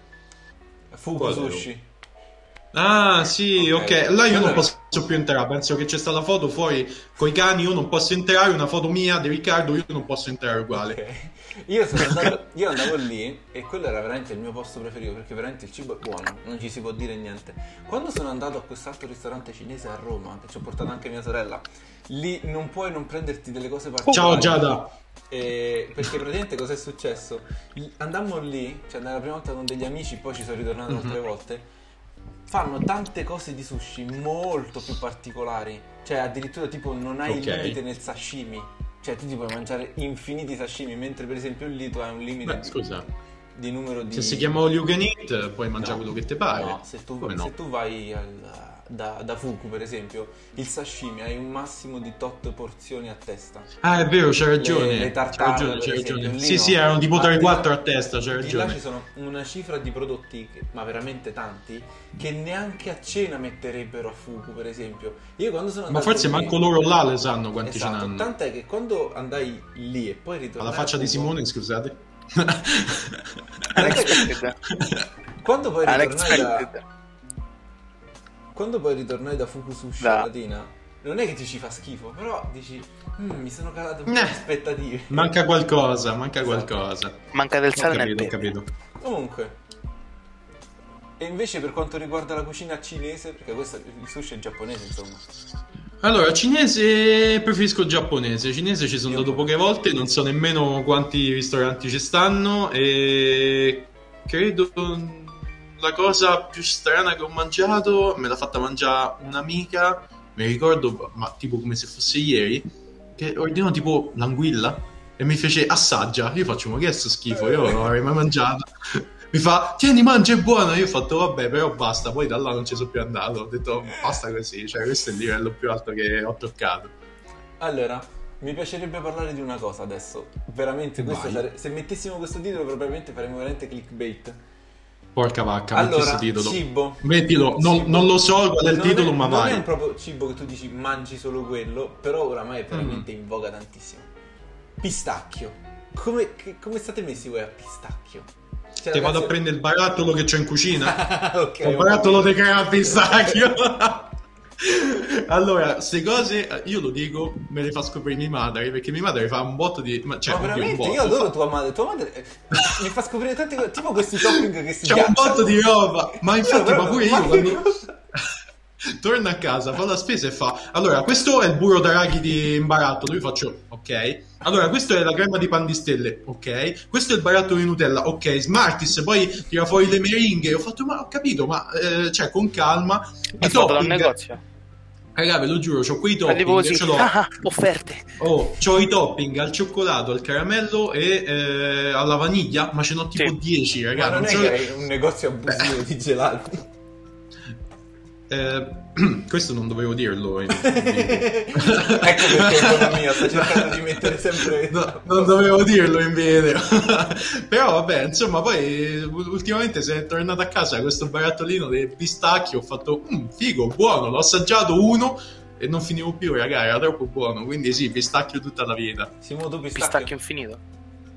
S2: Fuku
S4: Qual Mm. è?
S2: Sushi.
S4: Ah, sì, ok.
S2: Ok.
S4: Là io
S2: Allora-
S4: non posso più entrare. Penso che c'è stata la foto fuori coi cani. Io non posso entrare. Una foto mia di Riccardo. Io non posso entrare uguale.
S2: Ok. Io, sono andato- io andavo lì e quello era veramente il mio posto preferito perché veramente il cibo è buono, non ci si può dire niente. Quando sono andato a quest'altro ristorante cinese a Roma, che ci ho portato anche mia sorella, lì non puoi non prenderti delle cose particolari.
S4: Ciao, Giada.
S2: Eh, perché praticamente cos'è successo? L- Andammo lì, cioè andai la prima volta con degli amici, poi ci sono ritornato
S4: Mhm.
S2: altre volte. Fanno tante cose di sushi molto più particolari. Cioè, addirittura tipo non hai
S4: Ok.
S2: il limite nel sashimi. Cioè, tu ti puoi mangiare infiniti sashimi, mentre per esempio lì tu hai un limite
S4: Beh, scusa.
S2: di numero di.
S4: Se si chiama All You Can Eat, puoi mangiare
S2: No.
S4: quello che ti pare.
S2: No, se tu,
S4: Come no?
S2: se tu vai al- da, da Fuku, per esempio, il sashimi hai un massimo di tot porzioni a testa.
S4: Ah, è vero, c'è ragione.
S2: le tartare,
S4: c'è ragione,
S2: per
S4: c'è
S2: esempio,
S4: ragione.
S2: lì
S4: Sì,
S2: no.
S4: sì, erano tipo
S2: Ma
S4: 3-4
S2: di-
S4: a testa, c'è
S2: Di là ci
S4: ragione.
S2: sono una cifra di prodotti, che- ma veramente tanti, che neanche a cena metterebbero a fuoco, per esempio. Io quando sono
S4: Ma
S2: andato
S4: forse
S2: lì-
S4: manco loro là le sanno quanti ce
S2: Esatto,
S4: n'hanno.
S2: tant'è che quando andai lì e poi ritornai
S4: Alla faccia
S2: a
S4: di
S2: Fuku-
S4: Simone, scusate.
S3: Unexpected.
S2: Quando poi ritornai da,
S3: Unexpected.
S2: quando poi ritornai da Fuku Sushi
S3: Da.
S2: Latina, non è che ti ci fa schifo, però dici, "Mm, mi sono calato un po'
S4: Nah.
S2: di aspettative.
S4: manca qualcosa, manca
S2: Esatto.
S4: qualcosa.
S3: Manca del
S4: Ho
S3: sale nel
S4: capito, ho
S3: pepe.
S4: capito.
S2: Comunque. E invece per quanto riguarda la cucina cinese, perché questo il sushi è giapponese, insomma.
S4: Allora, cinese preferisco il giapponese. Cinese ci sono
S2: Io-
S4: andato poche volte, non so nemmeno quanti ristoranti ci stanno e credo la cosa più strana che ho mangiato me l'ha fatta mangiare un'amica, mi ricordo, ma tipo come se fosse ieri, che ordinò tipo l'anguilla e mi fece assaggia. Io faccio, ma che è sto schifo? Io non l'avrei mai mangiato. Mi fa, tieni, mangia, è buono. Io ho fatto, vabbè, però basta. Poi da là non ci sono più andato. Ho detto, basta così. Cioè, questo è il livello più alto che ho toccato.
S2: Allora, mi piacerebbe parlare di una cosa adesso. Veramente, questo
S4: Vai.
S2: sare- se mettessimo questo titolo probabilmente faremmo veramente clickbait.
S4: Porca vacca, metti
S2: allora,
S4: sto titolo.
S2: cibo.
S4: Mettilo, non,
S2: Cibo.
S4: non lo so qual è il
S2: Non
S4: titolo,
S2: è-
S4: ma vai.
S2: Non è proprio cibo che tu dici mangi solo quello, però oramai
S4: Mm.
S2: è veramente in voga tantissimo. Pistacchio. Come, che- come state messi voi a pistacchio? Cioè,
S4: Ti vado
S2: ragazzi-
S4: a prendere il barattolo che c'ho in cucina.
S2: Ah, ok.
S4: Un barattolo di crema pistacchio. allora, queste cose eh, io lo dico, me le fa scoprire mia madre perché mia madre fa un botto di. Ma, cioè,
S2: ma
S4: oddio, un
S2: veramente,
S4: botto,
S2: io adoro tua madre. Tua madre eh, mi fa scoprire tante cose, tipo questi topping che si
S4: C'è Cioè, un
S2: ghiacciano.
S4: botto di roba. Ma infatti,
S2: Io
S4: ma pure io
S2: proprio-
S4: quando. Torna a casa, fa la spesa e fa. Allora, questo è il burro d'arachidi di imbaratto. Lui faccio, ok. Allora, questo è la crema di pandistelle, ok. Questo è il barattolo di Nutella, ok. Smartis, poi tira fuori le meringhe. Ho fatto, ma ho capito, ma eh, cioè, con calma.
S3: È
S4: I
S3: fatto da un
S4: topping,
S3: negozio.
S4: raga, ve lo giuro, c'ho quei
S3: Fa
S4: topping.
S3: tipo così.
S4: ce l'ho.
S3: Ah, ah, offerte.
S4: Oh, c'ho i topping al cioccolato, al caramello e eh, alla vaniglia, ma ce n'ho tipo
S3: Sì.
S4: 10,
S2: Ma
S4: raga.
S2: non
S4: non
S2: è
S4: so-
S2: che hai un negozio abusivo di gelati.
S4: Eh, questo non dovevo dirlo. eh.
S2: ecco perché economia, sto cercando di mettere sempre...
S4: No, non dovevo dirlo in video. Però vabbè, insomma, poi eh, ultimamente se è tornato a casa questo barattolino dei pistacchi, ho fatto "Mm, figo, buono, l'ho assaggiato uno e non finivo più, raga, era troppo buono. Quindi sì, pistacchio tutta la vita.
S2: Simo, tu
S3: Pistacchio
S2: pistacchio.
S3: infinito.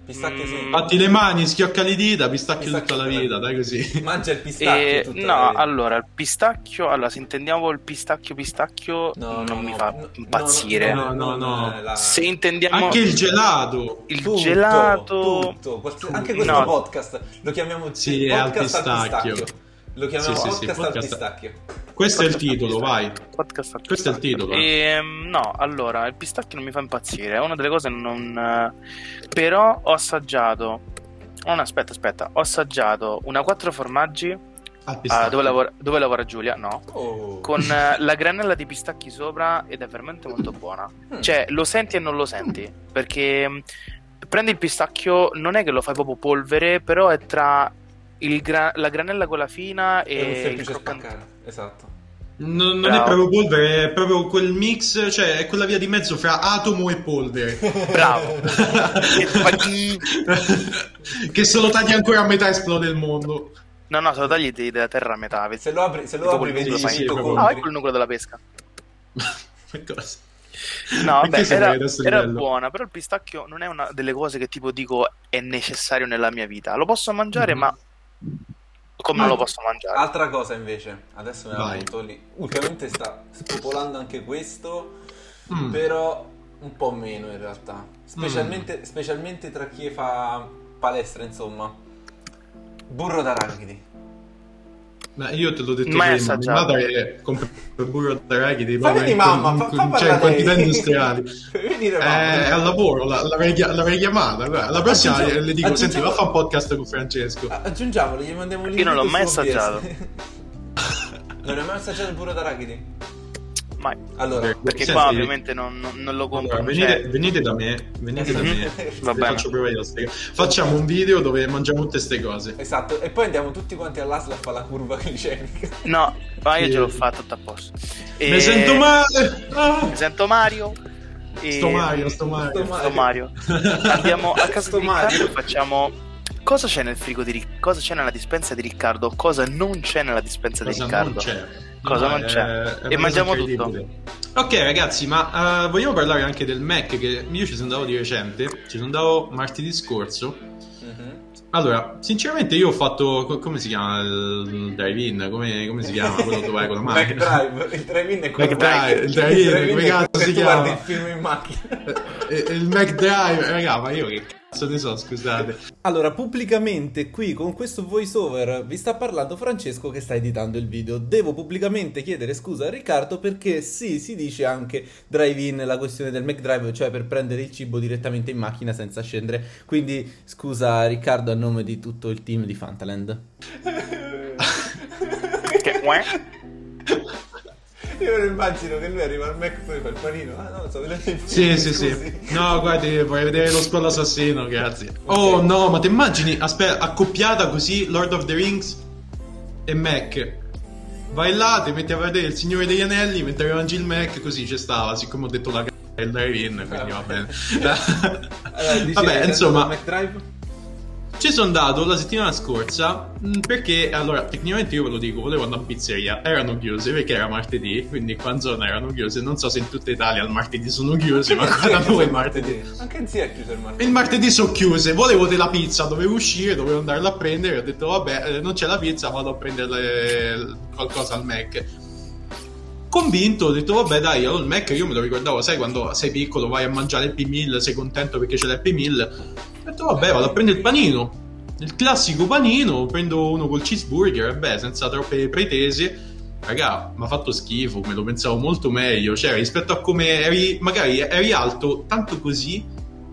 S2: Pistacchio
S3: Mm.
S2: sì.
S4: Batti le mani, schiocca le dita, pistacchio,
S2: Pistacchio
S4: tutta la
S2: tutta la
S4: vita, dai così.
S2: Mangia il pistacchio
S3: E,
S2: tutta la
S3: Eh, no,
S2: vita.
S3: allora il pistacchio. Allora, se intendiamo il pistacchio, pistacchio,
S2: No,
S3: non
S2: no, no,
S3: mi fa
S2: no,
S3: impazzire.
S4: no, no, no.
S2: eh, la-
S3: Se intendiamo
S4: Anche il gelato.
S3: il
S2: Tutto,
S3: gelato,
S2: tutto, quals- anche questo
S3: No.
S2: podcast lo chiamiamo
S4: Sì, è al
S2: podcast al
S4: pistacchio.
S2: pistacchio. Lo chiamiamo
S4: Sì, sì, sì,
S2: podcast, al
S4: podcast-
S2: pistacchio.
S4: Questo è il
S3: Podcast
S4: titolo, vai.
S3: podcast al
S4: Questo è il titolo. eh.
S3: Ehm, no, allora, il pistacchio non mi fa impazzire, è una delle cose non... Però ho assaggiato... Oh, no, aspetta, aspetta, ho assaggiato una quattro formaggi
S4: Al
S3: ah,
S4: pistacchio.
S3: dove, lavora, dove lavora Giulia, no,
S2: Oh.
S3: con eh, la granella di pistacchi sopra ed è veramente molto buona.
S2: Mm.
S3: Cioè, lo senti e non lo senti, perché mh, prendi il pistacchio, non è che lo fai proprio polvere, però è tra il gra- la granella quella fina
S2: è un
S3: e il
S2: semplice
S3: croccante.
S2: spaccare, esatto.
S4: Non, non
S3: Bravo.
S4: è proprio polvere, è proprio quel mix, cioè è quella via di mezzo fra atomo e polvere.
S3: Bravo.
S4: che se lo tagli ancora a metà esplode il mondo.
S3: No, no, se lo tagli ti- della terra a metà. vedi?
S2: Se lo apri, se lo
S3: Tipo
S2: apri
S3: quel
S2: vedi
S4: nucleo, sì,
S2: tutto
S4: sì,
S2: contro.
S3: Ah, ecco il nucleo della pesca.
S4: Che cosa?
S3: No,
S4: Perché
S3: vabbè,
S4: siamo
S3: era,
S4: arrivati a sto
S3: era
S4: livello?
S3: buona, però il pistacchio non è
S2: Mm-hmm.
S3: una delle cose che tipo dico è necessario nella mia vita. Lo posso mangiare,
S4: Mhm.
S3: ma come
S2: Ah.
S3: non lo posso mangiare.
S2: Altra cosa invece, adesso me la
S4: Vai.
S2: metto lì. Ultimamente sta spopolando anche questo,
S4: Mm.
S2: però un po' meno in realtà. Specialmente, specialmente tra chi fa palestra, insomma. Burro d'arachidi.
S4: Ma io te l'ho detto
S3: Mai
S4: prima, mia
S3: assaggiato.
S4: madre compra il burro d'arachidi dei
S2: Fammi di mamma, fa, fa
S4: cioè in
S2: parlare
S4: quantità
S2: lei.
S4: industriali.
S2: Vieni da
S4: Eh,
S2: mamma.
S4: è al lavoro, la- l'avrei, chia- l'avrei chiamata. guarda. La prossima
S2: Aggiungiamo-
S4: le dico: Senti,
S2: aggiungiamo-
S4: va a fare un podcast con Francesco.
S2: A- Aggiungiamolo, gli mandiamo un
S3: Io non l'ho
S2: invito
S3: mai
S2: su OBS.
S3: assaggiato.
S2: non hai mai assaggiato il burro d'arachidi?
S3: Mai.
S2: Allora,
S3: Perché
S4: Senti,
S3: qua ovviamente non, non- non lo compro.
S4: allora,
S3: cioè-
S4: venite, venite da me, venite da me.
S3: Va
S4: Vi
S3: bene.
S4: faccio provare io ste- Facciamo un video dove mangiamo tutte queste cose.
S2: esatto, e poi andiamo tutti quanti all'ASL a fare la curva glicemica.
S3: No, ma io
S4: Sì.
S3: ce l'ho fatta tutto a posto.
S4: Mi
S3: E-
S4: sento male. Ah,
S3: Mi sento Mario. E...
S4: Sto Mario, sto Mario.
S3: Sto Mario. Andiamo a casa
S2: Sto
S3: di
S2: Mario.
S3: Riccardo e facciamo. Cosa c'è nel frigo di Riccardo? Cosa c'è nella dispensa di Riccardo? Cosa non c'è nella dispensa di
S4: Cosa
S3: Riccardo?
S4: non c'è?
S3: Cosa non
S4: è-
S3: c'è?
S4: è una
S3: E
S4: cosa
S3: mangiamo
S4: incredibile. Ok ragazzi, ma eh, vogliamo parlare anche del Mac che io ci sono andato di recente, ci sono andato martedì scorso.
S2: Mhm.
S4: Allora, sinceramente io ho fatto, co- come si chiama il drive-in? Come, come si chiama quello dove vai con la
S2: Mac
S4: macchina?
S2: Drive, il drive-in è quello
S4: Mac Drive, il drive-in,
S2: drive-in
S4: come
S2: è
S4: cazzo
S2: quello
S4: si
S2: che tu
S4: chiama?
S2: guardi il film in macchina.
S4: Eh, eh, il Mac Drive, raga, ma io che cazzo ne so, scusate.
S2: Allora, pubblicamente qui con questo voiceover vi sta parlando Francesco che sta editando il video. Devo pubblicamente chiedere scusa a Riccardo perché sì, si dice anche drive-in la questione del McDrive, cioè per prendere il cibo direttamente in macchina senza scendere. Quindi scusa Riccardo a nome di tutto il team di Fantaland.
S3: Che- eh? uè?
S2: Io immagino che lui arriva al Mac poi fa il panino. Ah no, sto vedendo il
S4: Sì, sì, sì. No, guardi, vorrei vedere lo squalo assassino, grazie. Oh no, ma ti immagini, aspetta, accoppiata così Lord of the Rings e Mac. Vai là, ti metti a vedere il Signore degli Anelli, mentre mangi il Mac, così ci stava, siccome ho detto la c***a del drive-in, quindi va bene. Vabbè, insomma, ci sono andato la settimana scorsa mh, perché, allora, tecnicamente io ve lo dico, volevo andare in pizzeria, erano chiuse perché era martedì, quindi qua in zona erano chiuse, non so se in tutta Italia il martedì sono chiuse, ma qua da noi il martedì.
S2: Anche in zia è chiuso il martedì.
S4: Il martedì sono chiuse, volevo della pizza, dovevo uscire, dovevo andarla a prendere, ho detto vabbè, eh, non c'è la pizza, vado a prendere le- qualcosa al Mac. Convinto, ho detto vabbè dai, allora il Mac io me lo ricordavo, sai quando sei piccolo vai a mangiare il P1000, sei contento perché c'è l'P1000. Ho detto vabbè, vado a prendere il panino, il classico panino, prendo uno col cheeseburger, vabbè, senza troppe pretese. Raga, mi ha fatto schifo, me lo pensavo molto meglio, cioè rispetto a come eri, magari eri alto tanto così,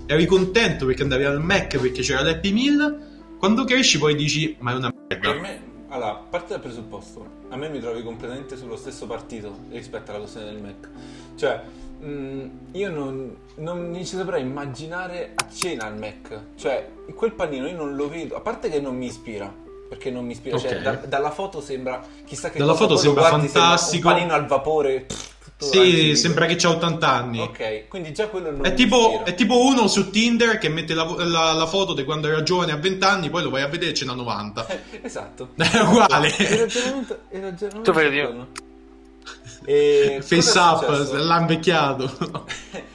S4: eri contento perché andavi al Mac perché c'era l'Happy Meal, quando cresci poi dici ma è una
S2: Per
S4: merda.
S2: me, allora, parte dal presupposto, a me mi trovi completamente sullo stesso partito rispetto alla questione del Mac. Cioè, mh, io non, non mi ci saprei immaginare a cena al Mac. Cioè, quel panino io non lo vedo, a parte che non mi ispira. Perché non mi ispira, cioè,
S4: Ok.
S2: da- dalla foto sembra chissà che
S4: Dalla
S2: cosa,
S4: foto
S2: poi lo
S4: sembra
S2: guardi,
S4: fantastico.
S2: un panino al vapore. pff, tutto
S4: Sì,
S2: languido.
S4: sembra che c'ha 80 anni.
S2: Ok, quindi già quello non
S4: È
S2: mi
S4: tipo,
S2: ispira.
S4: è tipo uno su Tinder che mette la, la- la foto di quando era giovane a 20 anni, poi lo vai a vedere e ce n'ha 90.
S2: Esatto.
S4: È uguale.
S2: Il ragionamento, il ragionamento
S3: Tu fai
S2: è
S3: il mio.
S2: quello. E
S4: Face
S2: cosa Eh, è
S4: up,
S2: successo?
S4: l'ha invecchiato.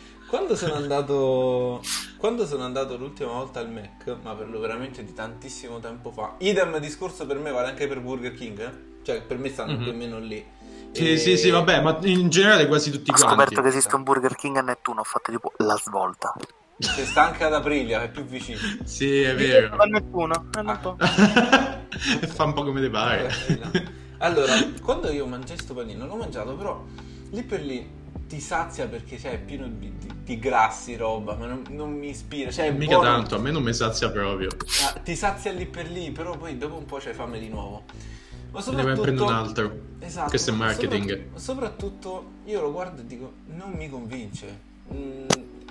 S2: Quando sono andato quando sono andato l'ultima volta al Mac, ma per lo veramente di tantissimo tempo fa. Idem discorso per me vale anche per Burger King, eh? Cioè per me stanno
S4: Mhm.
S2: più o meno lì.
S4: Sì,
S2: E-
S4: sì, sì, vabbè, ma in generale quasi tutti
S3: Ho
S4: quanti.
S3: scoperto che esiste un Burger King a Nettuno. Ho fatto tipo la svolta.
S2: Che sta anche ad Aprilia, è più vicino.
S4: Sì, è vero.
S3: A Nettuno? Eh, non
S2: Ah.
S3: so.
S4: Fa un po' come ti pare.
S2: Eh, esatto.
S4: Eh,
S2: Allora, quando io mangiai sto panino, l'ho mangiato, però lì per lì ti sazia perché cioè, è pieno di, di- di grassi, roba, ma non, non mi ispira. Cioè, è
S4: Mica
S2: buono,
S4: tanto, a me non mi sazia proprio.
S2: Ah, ti sazia lì per lì, però poi dopo un po' c'hai fame di nuovo. Ma
S4: Ne vai a
S2: soprattutto...
S4: prendere un altro.
S2: Esatto.
S4: Questo è marketing.
S2: Sopra- soprattutto io lo guardo e dico, non mi convince. Mm,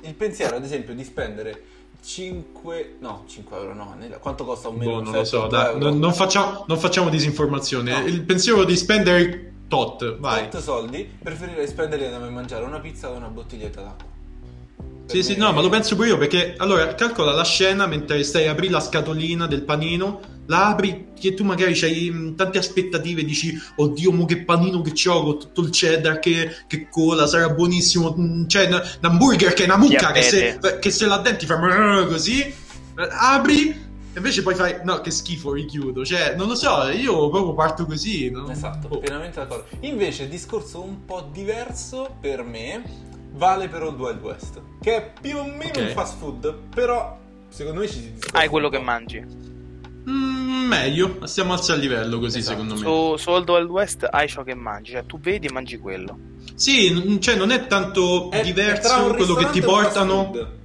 S2: il pensiero, ad esempio, di spendere 5... No, 5 euro no. nel- Quanto costa un menu?
S4: Boh, non lo so,
S2: 7
S4: dai,
S2: euro?
S4: non, non facciamo, non facciamo disinformazione.
S2: Cioè, No.
S4: Il pensiero di spendere tot, vai.
S2: 8 soldi, preferirei spenderli andando a mangiare una pizza o una bottiglietta d'acqua. Per
S4: Sì, sì,
S2: me-
S4: no, ma lo penso pure io perché allora calcola la scena mentre stai apri la scatolina del panino, la apri che tu magari hai tante aspettative, dici oddio, mo che panino che c'ho con tutto il cheddar che, che cola, sarà buonissimo, mm, cioè un hamburger che è una mucca che se,
S3: Diabete.
S4: che se la denti fa brrr così, eh, apri Invece poi fai, no, che schifo, richiudo. Cioè, non lo so, io proprio parto così. non-
S2: Esatto,
S4: boh.
S2: pienamente d'accordo. Invece, discorso un po' diverso per me vale per Old Wild West, che è più o meno
S4: Ok.
S2: un fast food, però secondo me ci si discosta
S3: Ah, è quello
S2: un
S3: che
S2: po'.
S3: mangi.
S4: Mm, meglio, stiamo al al livello così,
S2: Esatto.
S4: secondo
S3: Su,
S4: me.
S3: su Old Wild West hai ciò che mangi, cioè tu vedi e mangi quello.
S4: Sì, n- cioè non è tanto
S2: È- è tra
S4: diverso
S2: un
S4: quello che
S2: ristorante
S4: ti
S2: e un fast
S4: portano.
S2: food.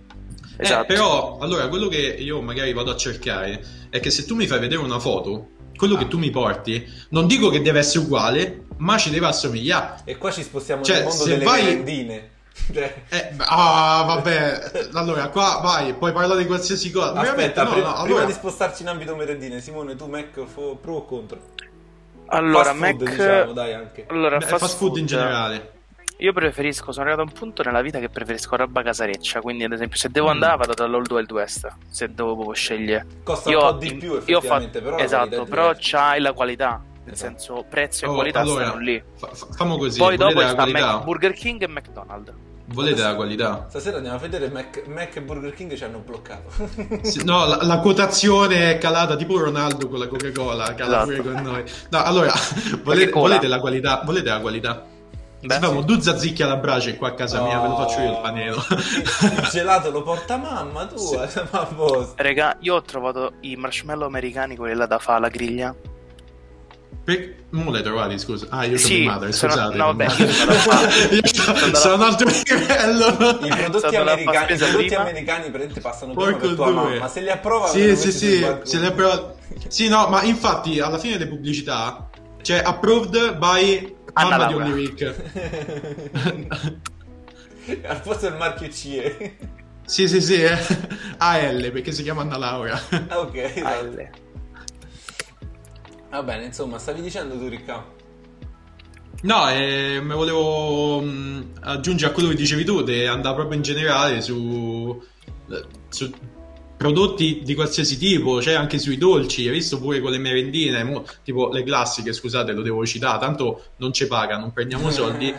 S4: Eh,
S3: Esatto.
S4: però, allora, quello che io magari vado a cercare è che se tu mi fai vedere una foto, quello
S2: Ah.
S4: che tu mi porti, non dico che deve essere uguale, ma ci deve assomigliare.
S2: E qua ci spostiamo
S4: Cioè,
S2: nel mondo
S4: se
S2: delle
S4: vai-
S2: merendine. Cioè,
S4: Eh, beh, ah, vabbè, allora qua vai, puoi parlare di qualsiasi cosa. Veramente,
S2: aspetta,
S4: no,
S2: prima,
S4: no,
S2: prima
S4: allora-
S2: di spostarci in ambito merendine, Simone, tu Mac fo- pro o contro?
S3: Allora,
S2: Fast
S3: Mac...
S2: food, diciamo, dai anche.
S3: Allora,
S4: beh, Eh, fast, food, in generale.
S3: Io preferisco, sono arrivato a un punto nella vita che preferisco roba casareccia, quindi ad esempio se devo
S4: Mm.
S3: andare vado dall'Old Wild West, se devo proprio scegliere.
S2: Costa
S3: Io-
S2: un po' di più
S3: io ho
S2: effettivamente,
S3: fatto-
S2: però la qualità
S3: Esatto,
S2: è
S3: però
S2: diversa.
S3: c'hai la qualità, nel
S2: Esatto.
S3: senso prezzo e
S4: Oh,
S3: qualità
S4: allora,
S3: stanno lì.
S4: fa- fa- famo così,
S3: Poi dopo
S4: volete la
S3: sta
S4: qualità?
S3: Mac- Burger King e McDonald's.
S4: Volete la qualità?
S2: Stasera andiamo a vedere Mac, Mac e Burger King ci hanno bloccato.
S4: Sì, no, la, la quotazione è calata tipo Ronaldo con la Coca-Cola, cala
S3: Esatto.
S4: pure con noi. No, allora, volete,
S3: cola?
S4: volete la qualità? Volete la qualità?
S3: Beh, Oh.
S4: Beh, facciamo due zazzicchi alla brace qua a casa mia, ve lo faccio io il panino.
S2: Il il gelato lo porta mamma tua, ma a posto.
S3: Raga, io ho trovato i marshmallow americani, quelli là da fa alla griglia.
S4: Per... Non l'hai trovati, scusa. Ah, io sono
S3: Sì,
S4: mia madre,
S3: sono-
S4: scusate.
S3: no, vabbè, io sono-
S4: Io
S3: sono
S4: sono,
S3: andato-
S4: sono un altro livello.
S2: I prodotti
S3: Sono andato a far
S2: americani, i
S3: spesa
S2: prodotti
S3: prima.
S2: americani praticamente passano prima
S4: Porco
S2: per tua
S4: due.
S2: mamma. Se li approva,
S4: Sì,
S2: vengono
S4: sì,
S2: messi sul
S4: sì,
S2: balcone.
S4: se li approva- Sì, no, ma infatti alla fine delle pubblicità c'è approved by
S3: Anna
S4: mamma di
S3: Laura.
S4: ogni week.
S2: Al posto del marchio CE.
S4: Sì, sì, sì, eh. AL perché si chiama Anna Laura.
S2: Ah, ok. esatto.
S3: Alle.
S2: Va bene, insomma, stavi dicendo tu, Ricca.
S4: No, eh, me volevo mh, aggiungere a quello che dicevi tu, e andare proprio in generale su, eh, su prodotti di qualsiasi tipo, cioè anche sui dolci, hai visto pure con le merendine, mo- tipo le classiche, scusate, lo devo citare, tanto non ci paga, non prendiamo soldi.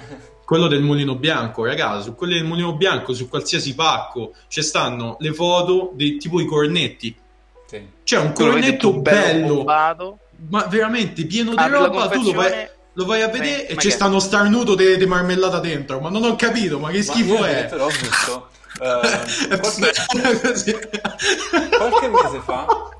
S4: Quello del mulino bianco, raga, su quello del mulino bianco, su qualsiasi pacco, ci stanno le foto dei tipo i cornetti.
S2: Sì.
S4: C'è un
S3: Quello vedi
S4: cornetto
S3: tu, bello
S4: bello,
S3: bombato.
S4: ma veramente pieno di
S3: Apri la
S4: roba, tu lo vai...
S3: confezione.
S4: Lo vai a
S3: Ma-
S4: vedere e
S3: ma
S4: c'è
S3: che-
S4: stanno starnuto di di marmellata dentro, ma non ho capito, ma che
S2: Ma
S4: schifo
S2: io
S4: è?
S2: addirittura Ho visto. eh, qualche,
S4: Così.
S2: qualche mese fa,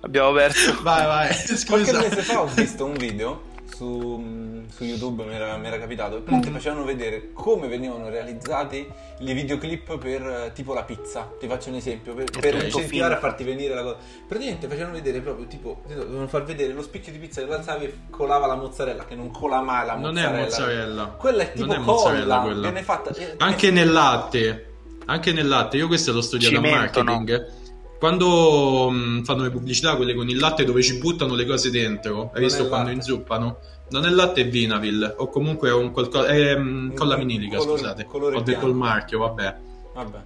S3: Abbiamo perso.
S4: Vai, vai,
S2: qualche
S4: scusa.
S2: mese fa ho visto un video su, mh, su YouTube, mi era, mi era capitato, e praticamente facevano vedere come venivano realizzati i videoclip per eh, tipo la pizza. Ti faccio un esempio, per, per
S4: Ok.
S2: incentivare a farti venire la cosa. Praticamente facevano vedere proprio tipo, dovevano far vedere lo spicchio di pizza che alzavi e colava la mozzarella, che non cola mai la
S4: Non
S2: mozzarella.
S4: è mozzarella.
S2: Quella è tipo
S4: Non è mozzarella
S2: colla,
S4: quella.
S2: viene fatta... eh,
S4: Anche nel latte. Anche nel latte, io questo l'ho studiato a
S3: Cimento,
S4: marketing. Quando mh, fanno le pubblicità, quelle con il latte dove ci buttano le cose dentro,
S2: Non
S4: hai visto
S2: è
S4: quando
S2: latte.
S4: inzuppano? Non è latte è vinavil, o comunque è un qualcosa. È, mh, colla vinilica,
S2: Colore-
S4: scusate.
S2: colore
S4: Ho detto
S2: bianco.
S4: il marchio, vabbè.
S2: Vabbè.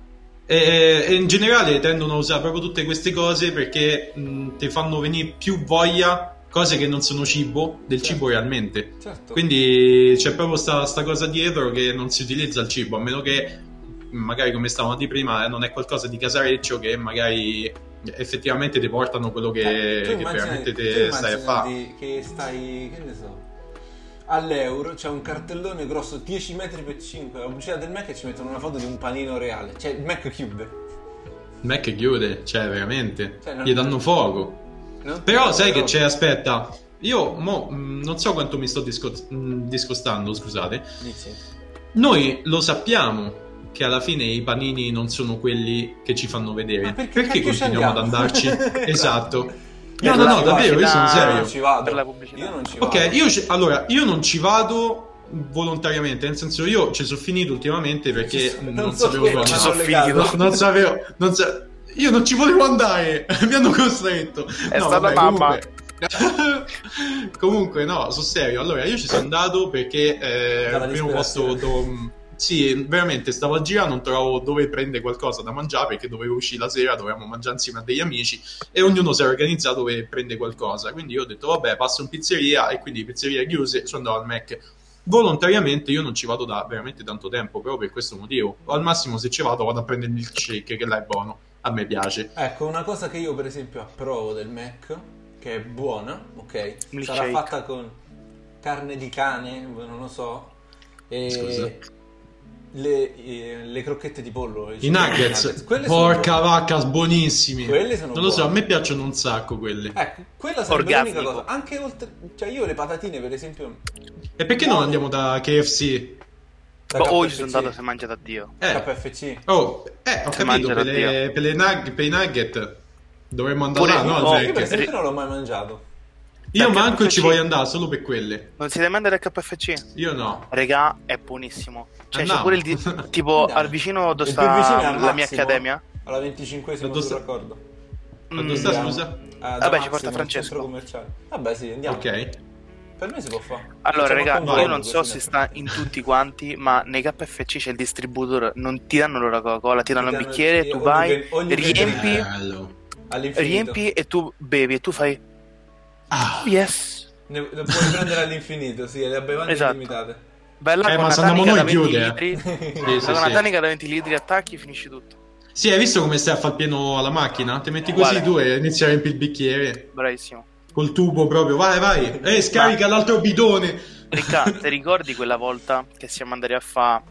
S4: E, e in generale tendono a usare proprio tutte queste cose perché mh, ti fanno venire più voglia cose che non sono cibo del
S2: Certo.
S4: cibo realmente.
S2: Certo.
S4: Quindi c'è proprio sta, sta cosa dietro che non si utilizza il cibo, a meno che mh, magari come stavamo di prima eh, non è qualcosa di casareccio che magari effettivamente ti portano quello che,
S2: Eh, tu
S4: che
S2: immagina-
S4: veramente
S2: tu
S4: te stai a
S2: immaginati
S4: fare.
S2: Che stai, che ne so, all'euro c'è un cartellone grosso 10 metri per 5, la pubblicità del Mac e ci mettono una foto di un panino reale, cioè il Mac Cube.
S4: Non è che chiude, cioè veramente,
S2: Cioè, non-
S4: gli danno fuoco.
S2: Non-
S4: Però sai che
S2: però-
S4: c'è, aspetta, io mo, mh, non so quanto mi sto disco- mh, discostando, scusate.
S2: Dici?
S4: Noi lo sappiamo che alla fine i panini non sono quelli che ci fanno vedere.
S2: Ma perché cacchio ci
S4: continuiamo ad
S2: andiamo?
S4: andarci? esatto.
S3: Eh,
S2: Io
S4: No,
S2: non
S4: no, no,
S2: ci
S4: davvero, io sono
S3: vado.
S2: Io
S4: serio.
S2: non ci vado.
S3: Per la pubblicità.
S2: Io non ci vado.
S4: Ok, io ci- allora, io non ci vado volontariamente, nel senso io ci sono finito ultimamente perché
S2: Non
S4: non,
S2: so
S4: sapevo
S2: perché, ma
S4: come.
S3: ci sono
S2: collegato.
S3: finito.
S4: No, non sapevo, non sa- io non ci volevo andare, mi hanno costretto.
S3: È stata mamma.
S4: Comunque... comunque, no, sul serio. Allora, io ci sono andato perché eh,
S2: Dalla
S4: al primo posto.
S2: disperazione.
S4: do- Sì, veramente stavo a girare, non trovavo dove prendere qualcosa da mangiare perché dovevo uscire la sera, dovevamo mangiare insieme a degli amici e ognuno si era organizzato dove prende qualcosa. Quindi io ho detto, vabbè, passo in pizzeria e quindi pizzeria chiuse, sono andato al Mac. Volontariamente io non ci vado da veramente tanto tempo, proprio per questo motivo. Al massimo se ci vado vado a prendere il milkshake che là è buono. a me piace.
S2: Ecco, una cosa che io per esempio approvo del Mac, che è buona, ok?
S3: Milkshake.
S2: Sarà fatta con carne di cane, non lo so. E
S4: Scusa.
S2: Le, eh, le crocchette di pollo.
S4: I nuggets,
S2: Quelle sono
S4: porca
S2: buone.
S4: vacca, buonissimi.
S2: Quelle sono
S4: non lo so, a
S2: buone.
S4: me piacciono un sacco quelle.
S2: Ecco, quella sarebbe
S3: Orgasmico.
S2: l'unica cosa. Anche oltre... Cioè io le patatine per esempio...
S4: E perché non andiamo da KFC?
S2: da
S3: Ma- oh, io
S2: KFC
S3: sono andato se mangia da Dio.
S4: Eh,
S2: KFC.
S4: oh, eh ho capito,
S3: mangia
S4: per
S3: da
S4: le, per, le nug- per i nugget dovremmo andare
S3: Pure
S4: là, Ah, no,
S3: io,
S4: al
S3: no,
S2: Io per
S4: vecchio?
S3: perché-
S2: esempio non l'ho mai mangiato.
S4: Io
S3: perché
S4: manco
S3: non
S4: ci
S3: c'è-
S4: voglio andare, solo per quelle.
S3: Non siete mai andati al KFC?
S4: Io no.
S3: Regà, è buonissimo. Cioè, c'è
S4: Andiamo.
S3: pure il di- tipo
S2: Andiamo.
S3: Boh, al vicino dove
S2: Il
S3: sta
S2: più vicino è al
S3: la mia
S2: Massimo,
S3: accademia.
S2: Alla 25esima,
S4: Dove
S2: sul
S4: sta-
S2: raccordo.
S4: Ma
S3: Mm.
S4: dove sta, scusa?
S2: Ah, da
S3: Vabbè, ci
S2: Massimo,
S3: porta
S2: al
S3: Francesco.
S2: centro commerciale. Vabbè, sì, andiamo.
S4: Ok.
S2: Per noi si può fare.
S3: Allora,
S2: Facciamo
S3: raga,
S2: anche un
S3: io
S2: vlog,
S3: non so
S2: così
S3: se
S2: ne-
S3: sta in tutti quanti, ma nei KFC c'è il distributore, non ti danno loro la Coca-Cola, ti danno
S2: Ti
S3: un
S2: danno-
S3: bicchiere,
S2: sì,
S3: tu
S2: ogni
S3: vai,
S2: ve- ogni
S3: riempi,
S4: Eh, Bello.
S2: All'infinito.
S3: riempi e tu bevi e tu fai "Oh,
S4: Ah.
S3: yes.
S2: Ne, ne puoi prendere all'infinito, sì, le bevande
S3: Esatto.
S2: illimitate.
S3: Bella
S4: Eh,
S3: con
S4: ma
S3: una
S4: se andiamo
S3: tanica da
S4: noi
S3: 20
S4: chiude,
S3: litri,
S4: Sì, sì,
S3: con una
S4: sì.
S3: tanica da 20 litri attacchi finisci tutto.
S4: Sì, hai visto come stai a far pieno alla macchina? Ti metti
S3: Uguale.
S4: così tu e inizi a riempire il bicchiere
S3: Bravissimo.
S4: col tubo proprio. Vai, vai. E scarica l'altro bidone.
S3: Ricca, ti ricordi quella volta che siamo andati a fare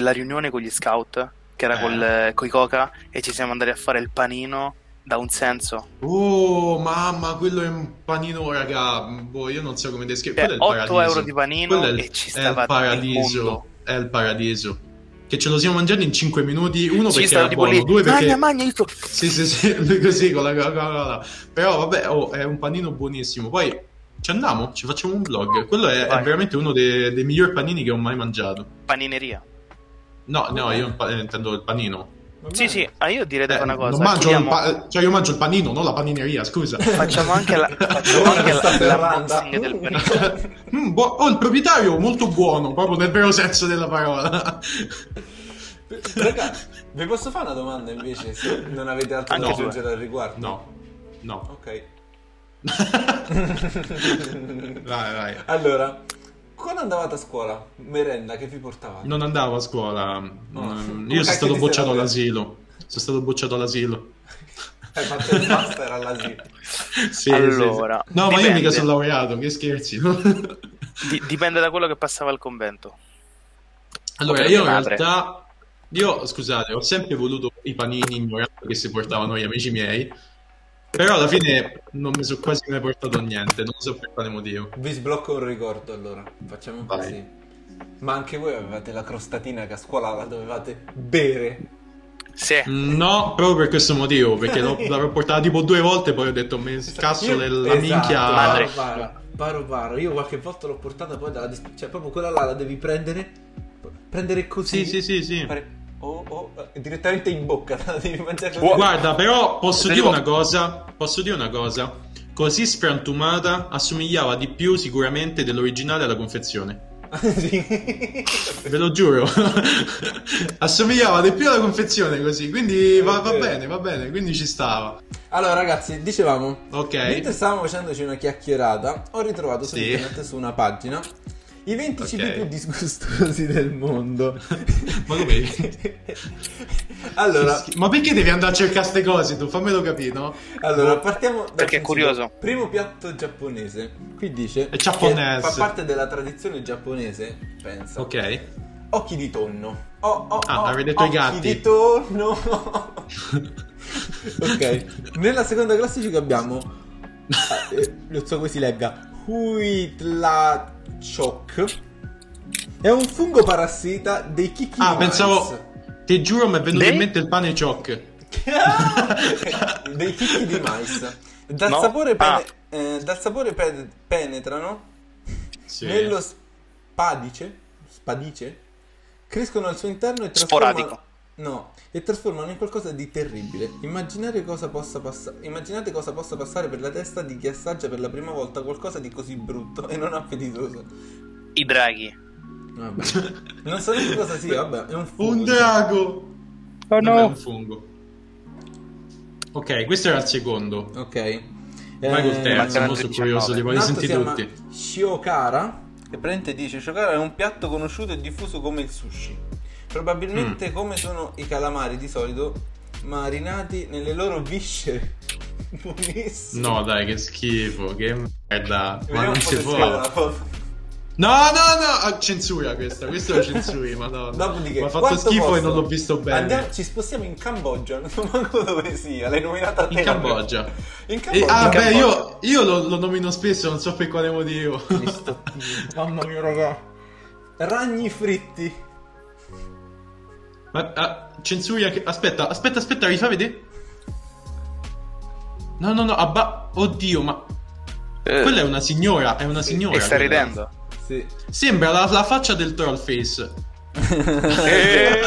S3: la riunione con gli scout, che era
S4: Eh.
S3: col, coi coca, e ci siamo andati a fare il panino da un senso?
S4: Oh, mamma, quello è un panino, raga. Boh, io non so come descrivere.
S3: Cioè,
S4: Quello è il
S3: 8
S4: paradiso.
S3: euro di panino
S4: Quello è il,
S3: e ci
S4: è
S3: stava
S4: il paradiso.
S3: il
S4: È il paradiso. Che ce lo siamo mangiati in 5 minuti. Uno
S3: mondo. Sì,
S4: perché
S3: stavo
S4: era
S3: tipo
S4: buono,
S3: lì,
S4: due perché...
S3: magna, magna, io
S4: Sì, sì, sì, lui così con la Coca-Cola. Però vabbè, oh, è un panino buonissimo. Poi ci andiamo, ci facciamo un vlog. Quello è, è
S3: Vai.
S4: veramente uno dei, dei migliori panini che ho mai mangiato.
S3: panineria.
S4: No, no, io il pa- eh, intendo il panino.
S2: Va
S3: Sì,
S2: bene.
S3: sì, ah, io direi da
S4: Eh,
S3: fare una cosa.
S4: non mangio il
S3: chiudiamo-
S4: pa- cioè, io mangio il panino, non la panineria, scusa.
S3: Facciamo anche la facciamo
S2: Ora
S3: anche
S2: che sta
S3: la-
S2: ferrando.
S3: l'unboxing del panino.
S4: Mm, buo- oh, il proprietario, molto buono, proprio nel vero senso della parola.
S2: Raga, vi posso fare una domanda invece, se non avete altro
S3: Anche
S2: da
S3: due.
S2: aggiungere al riguardo?
S4: No, no.
S2: Ok.
S4: Vai, vai.
S2: Allora, quando andavate a scuola, merenda che vi portavate?
S4: Non andavo a scuola.
S2: Come
S4: Mm,
S2: cacchio
S4: Io sono stato
S2: ti
S4: bocciato
S2: sei
S4: all'asilo. Sono stato bocciato all'asilo.
S2: Hai fatto il master all'asilo.
S4: Sì,
S3: Allora,
S4: sì, sì. no, ma io
S3: dipende.
S4: mica sono laureato, che scherzi. no?
S3: Di- dipende da quello che passava al convento.
S4: allora,
S3: Potrebbe
S4: io in
S3: madre.
S4: realtà, io scusate, ho sempre voluto i panini ignoranti che si portavano gli amici miei, però alla fine non mi sono quasi mai portato niente, non so per quale motivo.
S2: Vi sblocco un ricordo allora, facciamo
S4: Vai.
S2: così. Ma anche voi avevate la crostatina che a scuola la dovevate bere.
S3: Sì.
S4: Mm. No, proprio per questo motivo, perché l'ho, l'avrò portata tipo due volte, poi ho detto, me cazzo
S2: Io-
S4: della
S2: esatto,
S4: minchia.
S3: Madre.
S2: Paro, paro, paro, paro. Io qualche volta l'ho portata poi dalla dis- Cioè, proprio quella là la devi prendere. Prendere così.
S4: Sì, sì, sì, sì.
S2: Fare- oh, oh, eh, direttamente in bocca, te la devi mangiare così.
S4: Guarda, però posso
S3: Te
S4: dire
S3: dico-
S4: una cosa, posso dire una cosa. Così sfrantumata assomigliava di più sicuramente dell'originale alla confezione.
S2: Sì.
S4: Ve lo giuro. assomigliava di più alla confezione così, quindi va, va
S2: È vero.
S4: bene, va bene, quindi ci stava.
S2: Allora, ragazzi, dicevamo. Mentre
S4: Ok.
S2: stavamo facendoci una chiacchierata, ho ritrovato su
S4: Sì.
S2: internet su una pagina i 20 cibi
S4: Ok.
S2: più disgustosi del mondo.
S4: Ma come?
S2: allora,
S4: Ma perché devi andare a cercare queste cose tu? Fammelo capire, no?
S2: Allora, partiamo dal
S3: Perché è
S2: principio.
S3: curioso.
S2: Primo piatto giapponese. Qui dice
S4: È giapponese.
S2: che fa parte della tradizione giapponese, pensa.
S4: Ok.
S2: Occhi di tonno. Oh, oh,
S4: Ah,
S2: oh,
S4: avrei detto i
S2: occhi
S4: gatti.
S2: di tonno. ok. Nella seconda classifica abbiamo ah, eh, non so come si legga. Huitlachok. È un fungo parassita dei chicchi
S4: Ah,
S2: di mais.
S4: pensavo Ti giuro mi è venuto
S3: Dei-
S4: in mente il pane cioc.
S2: dei chicchi di mais. Dal
S3: No.
S2: sapore, pene-
S3: Ah.
S2: eh, dal sapore pe- penetrano
S4: Sì.
S2: nello spadice, spadice, crescono al suo interno e trasformano...
S3: Sporadico.
S2: No, e trasformano in qualcosa di terribile. Immaginare cosa possa passa- immaginate cosa possa passare per la testa di chi assaggia per la prima volta qualcosa di così brutto e non appetitoso.
S3: I draghi.
S2: Vabbè. Non so neanche cosa sia, vabbè, è un fungo.
S4: Un
S2: diciamo.
S4: drago.
S3: Oh
S4: Non è un fungo. Ok, questo era il secondo.
S2: Ok.
S4: Vai col
S2: Eh,
S4: terzo,
S3: mancano
S4: mo sono
S3: 19.
S4: curioso, li voglio
S2: Un altro si
S4: sentire
S2: chiama
S4: tutti.
S2: Shiokara. Che praticamente dice: Shiokara è un piatto
S4: Mm.
S2: conosciuto e diffuso come il sushi. Probabilmente come sono i calamari di solito. marinati nelle loro viscere. Buonissimo.
S4: No, dai, che schifo, che merda. Ma
S2: Vediamo
S4: non
S2: un po'
S4: si
S2: se
S4: può.
S2: c'era la
S4: No,
S2: foto.
S4: no, no, ah, censura questa, questa lo censuri, madonna.
S2: Dopodiché,
S4: Mi ha fatto
S2: quanto
S4: schifo e
S2: posso?
S4: non l'ho visto bene.
S2: Andiamo- ci spostiamo in Cambogia, non so manco dove sia, l'hai nominata te.
S4: In Cambogia.
S2: In
S4: E-
S2: Cambogia.
S4: ah,
S2: In
S4: beh,
S2: Cambogia.
S4: io, io lo, lo nomino spesso, non so per quale motivo. Mamma mia, raga.
S2: Ragni fritti.
S4: Ma ah, censuri anche. Aspetta, aspetta, aspetta, rifà vedere. No, no, no, abba... Oddio, ma.
S3: Eh,
S4: Quella è una signora, è una signora.
S3: e sta
S4: quella.
S3: ridendo.
S2: Sì.
S4: Sembra la, la faccia del trollface.
S3: Eh,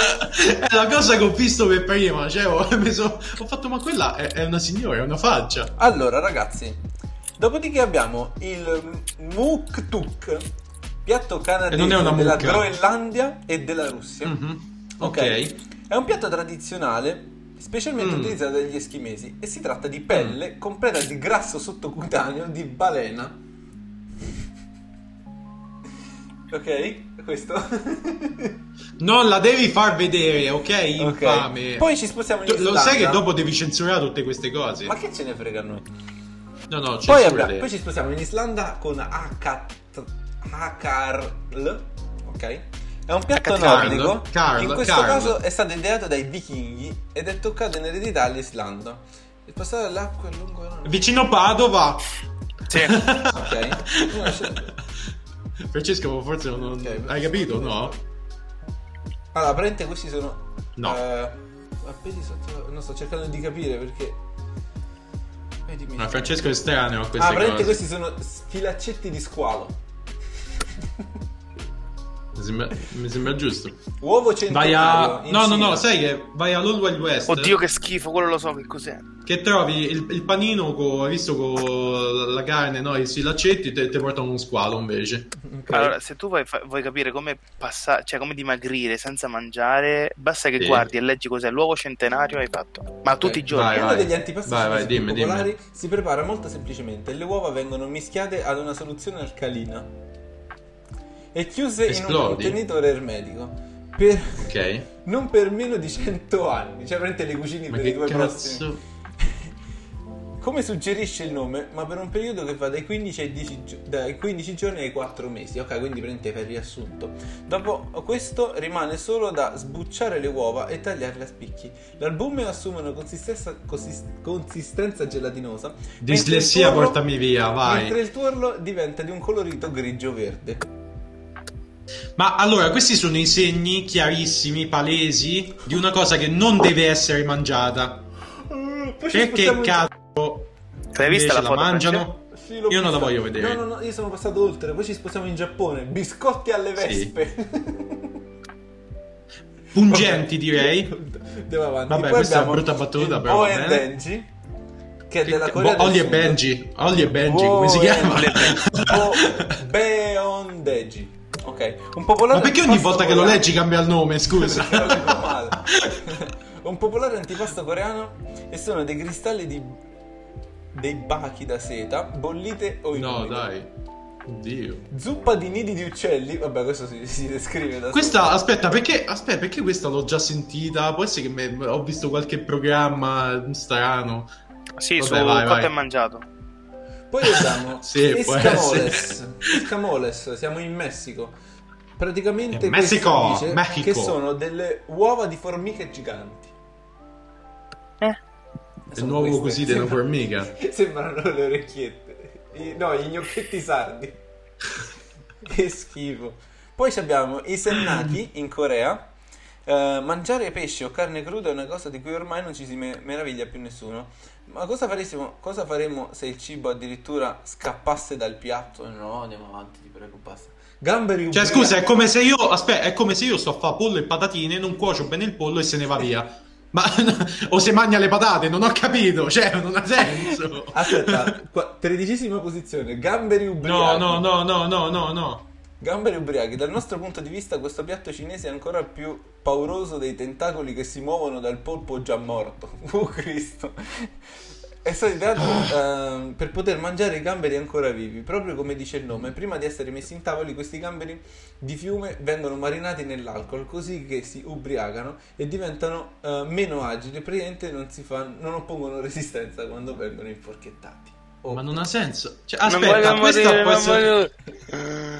S4: è la cosa che ho visto per prima. Cioè, ho, mi so- ho fatto, ma quella è, è una signora, è una faccia.
S2: Allora, ragazzi, dopodiché abbiamo il Muktuk, piatto
S4: E non è una
S2: canadese della
S4: mucca.
S2: Groenlandia e della Russia.
S4: Mhm, Ok.
S2: È un piatto tradizionale specialmente
S4: Mm.
S2: utilizzato dagli eschimesi e si tratta di pelle completa di grasso sottocutaneo di balena. Ok, questo.
S4: Non la devi far vedere, ok?
S2: Ok.
S4: Infame.
S2: Poi ci spostiamo in
S4: Tu- Lo
S2: Islanda.
S4: sai che dopo devi censurare tutte queste cose?
S2: Ma che ce ne frega a noi?
S4: No, no,
S2: Poi,
S4: censura
S2: abbiamo-
S4: le-
S2: poi ci spostiamo in Islanda con Akat- Akarl, ok? È un piatto
S4: Akarl,
S2: nordico
S4: Karl,
S2: che in questo
S4: Karl.
S2: caso è stato ideato dai vichinghi ed è toccato in eredità all'Islanda. Il passaggio dell'acqua è lungo e
S4: Vicino Padova.
S3: sì.
S2: Ok. Una scelta.
S4: Francesco, forse non...
S2: Ok.
S4: hai capito, no?
S2: Allora, apparentemente questi sono...
S4: No.
S2: eh, appesi sotto... Non sto cercando di capire perché... Vedi,
S4: Ma Francesco è estraneo a
S2: Ah,
S4: queste
S2: apparentemente
S4: cose.
S2: questi sono sfilaccetti di squalo.
S4: Mi, sembra... mi sembra giusto.
S2: Uovo
S4: Vai
S2: centenario
S4: a...
S2: in
S4: No, no, no,
S2: Cina.
S4: sai che vai all'Old Wild West.
S3: Oddio, che schifo, quello lo so che cos'è.
S4: Che trovi il, il panino, co- hai visto con la carne, no? I silaccetti, te, te portano uno squalo invece.
S2: Ok.
S3: Allora, se tu vuoi, fa- vuoi capire come, passa- cioè, come dimagrire senza mangiare, basta che
S4: Sì.
S3: guardi e leggi cos'è l'uovo centenario e hai fatto. Ma tutti i giorni.
S4: vai,
S3: eh.
S2: Uno
S4: vai.
S2: degli antipasti
S4: Vai, vai,
S2: cinesi più
S4: dimmi,
S2: popolari si prepara molto semplicemente. Le uova vengono mischiate ad una soluzione alcalina e chiuse in un
S4: Esplodi.
S2: contenitore ermetico per
S4: Ok.
S2: non per meno di 100 anni. Cioè, veramente le cucini
S4: Ma
S2: per i
S4: che
S2: tuoi prossimi.
S4: cazzo...
S2: Come suggerisce il nome, ma per un periodo che va dai 15, ai 10 gio- dai 15 giorni ai 4 mesi. Ok, quindi prendete per riassunto. Dopo questo rimane solo da sbucciare le uova e tagliarle a spicchi. L'albume assume una consistenza, consis- consistenza gelatinosa.
S4: Dislessia,
S2: mentre il tuorlo-
S4: portami via, vai.
S2: Mentre il tuorlo diventa di un colorito grigio-verde.
S4: Ma allora, questi sono i segni chiarissimi, palesi, di una cosa che non deve essere mangiata.
S2: Mm, Poi ci
S4: Perché
S2: spostiamo in-
S4: cazzo
S3: L'hai Cioè, vista
S4: invece
S3: la
S4: la
S3: foto?
S4: mangiano?
S2: Sì, l'ho
S4: Io non la
S2: vista.
S4: voglio vedere.
S2: No, no, no, io sono passato oltre. Poi ci spostiamo in Giappone. Biscotti alle
S4: Sì.
S2: vespe.
S4: Pungenti, direi.
S2: Andiamo avanti.
S4: Vabbè,
S2: Poi
S4: questa è
S2: abbiamo
S4: una brutta battuta,
S2: il
S4: però,
S2: Boe
S4: va
S2: and
S4: bene.
S2: Benji, che è
S4: Che-
S2: della
S4: boh,
S2: Corea del
S4: Ollie e
S2: Sud.
S4: Benji. Ollie e Benji,
S2: Boe
S4: come si
S2: and-
S4: chiama?
S2: Bo- Beondeji. Ok. Un popolare
S4: Ma perché ogni
S2: antipasto
S4: volta che lo
S2: coreano-
S4: leggi cambia il nome, scusa?
S2: Perché lo dico male. Un popolare antipasto coreano e sono dei cristalli di dei bachi da seta bollite o in
S4: No,
S2: umido.
S4: dai. Oddio.
S2: Zuppa di nidi di uccelli. Vabbè, questo si, si descrive da
S4: Questa, aspetta, perché, aspetta, perché questa l'ho già sentita? Può essere che me- ho visto qualche programma strano.
S3: Sì,
S4: Vabbè,
S3: su
S4: vai, vai.
S3: quanto è mangiato.
S2: Poi abbiamo
S4: Sì, può
S2: Escamoles.
S4: essere.
S2: Escamoles, siamo in Messico. Praticamente
S4: In Messico,
S2: questo dice
S4: Mexico.
S2: che sono delle uova di formiche giganti.
S3: Eh.
S4: È nuovo così della
S2: Sembra-
S4: formica.
S2: Sembrano le orecchiette. I- no, gli gnocchetti sardi. che schifo. Poi ci abbiamo i sennaki in Corea. Eh, mangiare pesce o carne cruda è una cosa di cui ormai non ci si me- meraviglia più nessuno. Ma cosa, faressimo- cosa faremmo se il cibo addirittura scappasse dal piatto? No, andiamo avanti, ti prego, basta. Gamberi
S4: Cioè,
S2: ubriachi.
S4: scusa, è come se io, aspetta, è come se io sto a fare pollo e patatine, non cuocio bene il pollo e se ne va via. Ma, o se mangia le patate, non ho capito, cioè, non ha senso.
S2: Ah, Aspetta, qua- tredicesima posizione, gamberi
S4: No,
S2: ubriachi.
S4: no, no, no, no, no, no.
S2: Gamberi ubriachi, dal nostro punto di vista questo piatto cinese è ancora più pauroso dei tentacoli che si muovono dal polpo già morto. Oh Cristo. Uh, È stato ideato ehm, per poter mangiare i gamberi ancora vivi, proprio come dice il nome. Prima di essere messi in tavoli, questi gamberi di fiume vengono marinati nell'alcol così che si ubriacano e diventano eh, meno agili. Praticamente non, si fanno, non oppongono resistenza quando vengono inforchettati. Oh.
S4: Ma non ha senso. Cioè,
S3: Non
S4: aspetta,
S3: voglio
S4: questa
S3: morire,
S4: può
S3: non
S4: essere...
S3: voglio-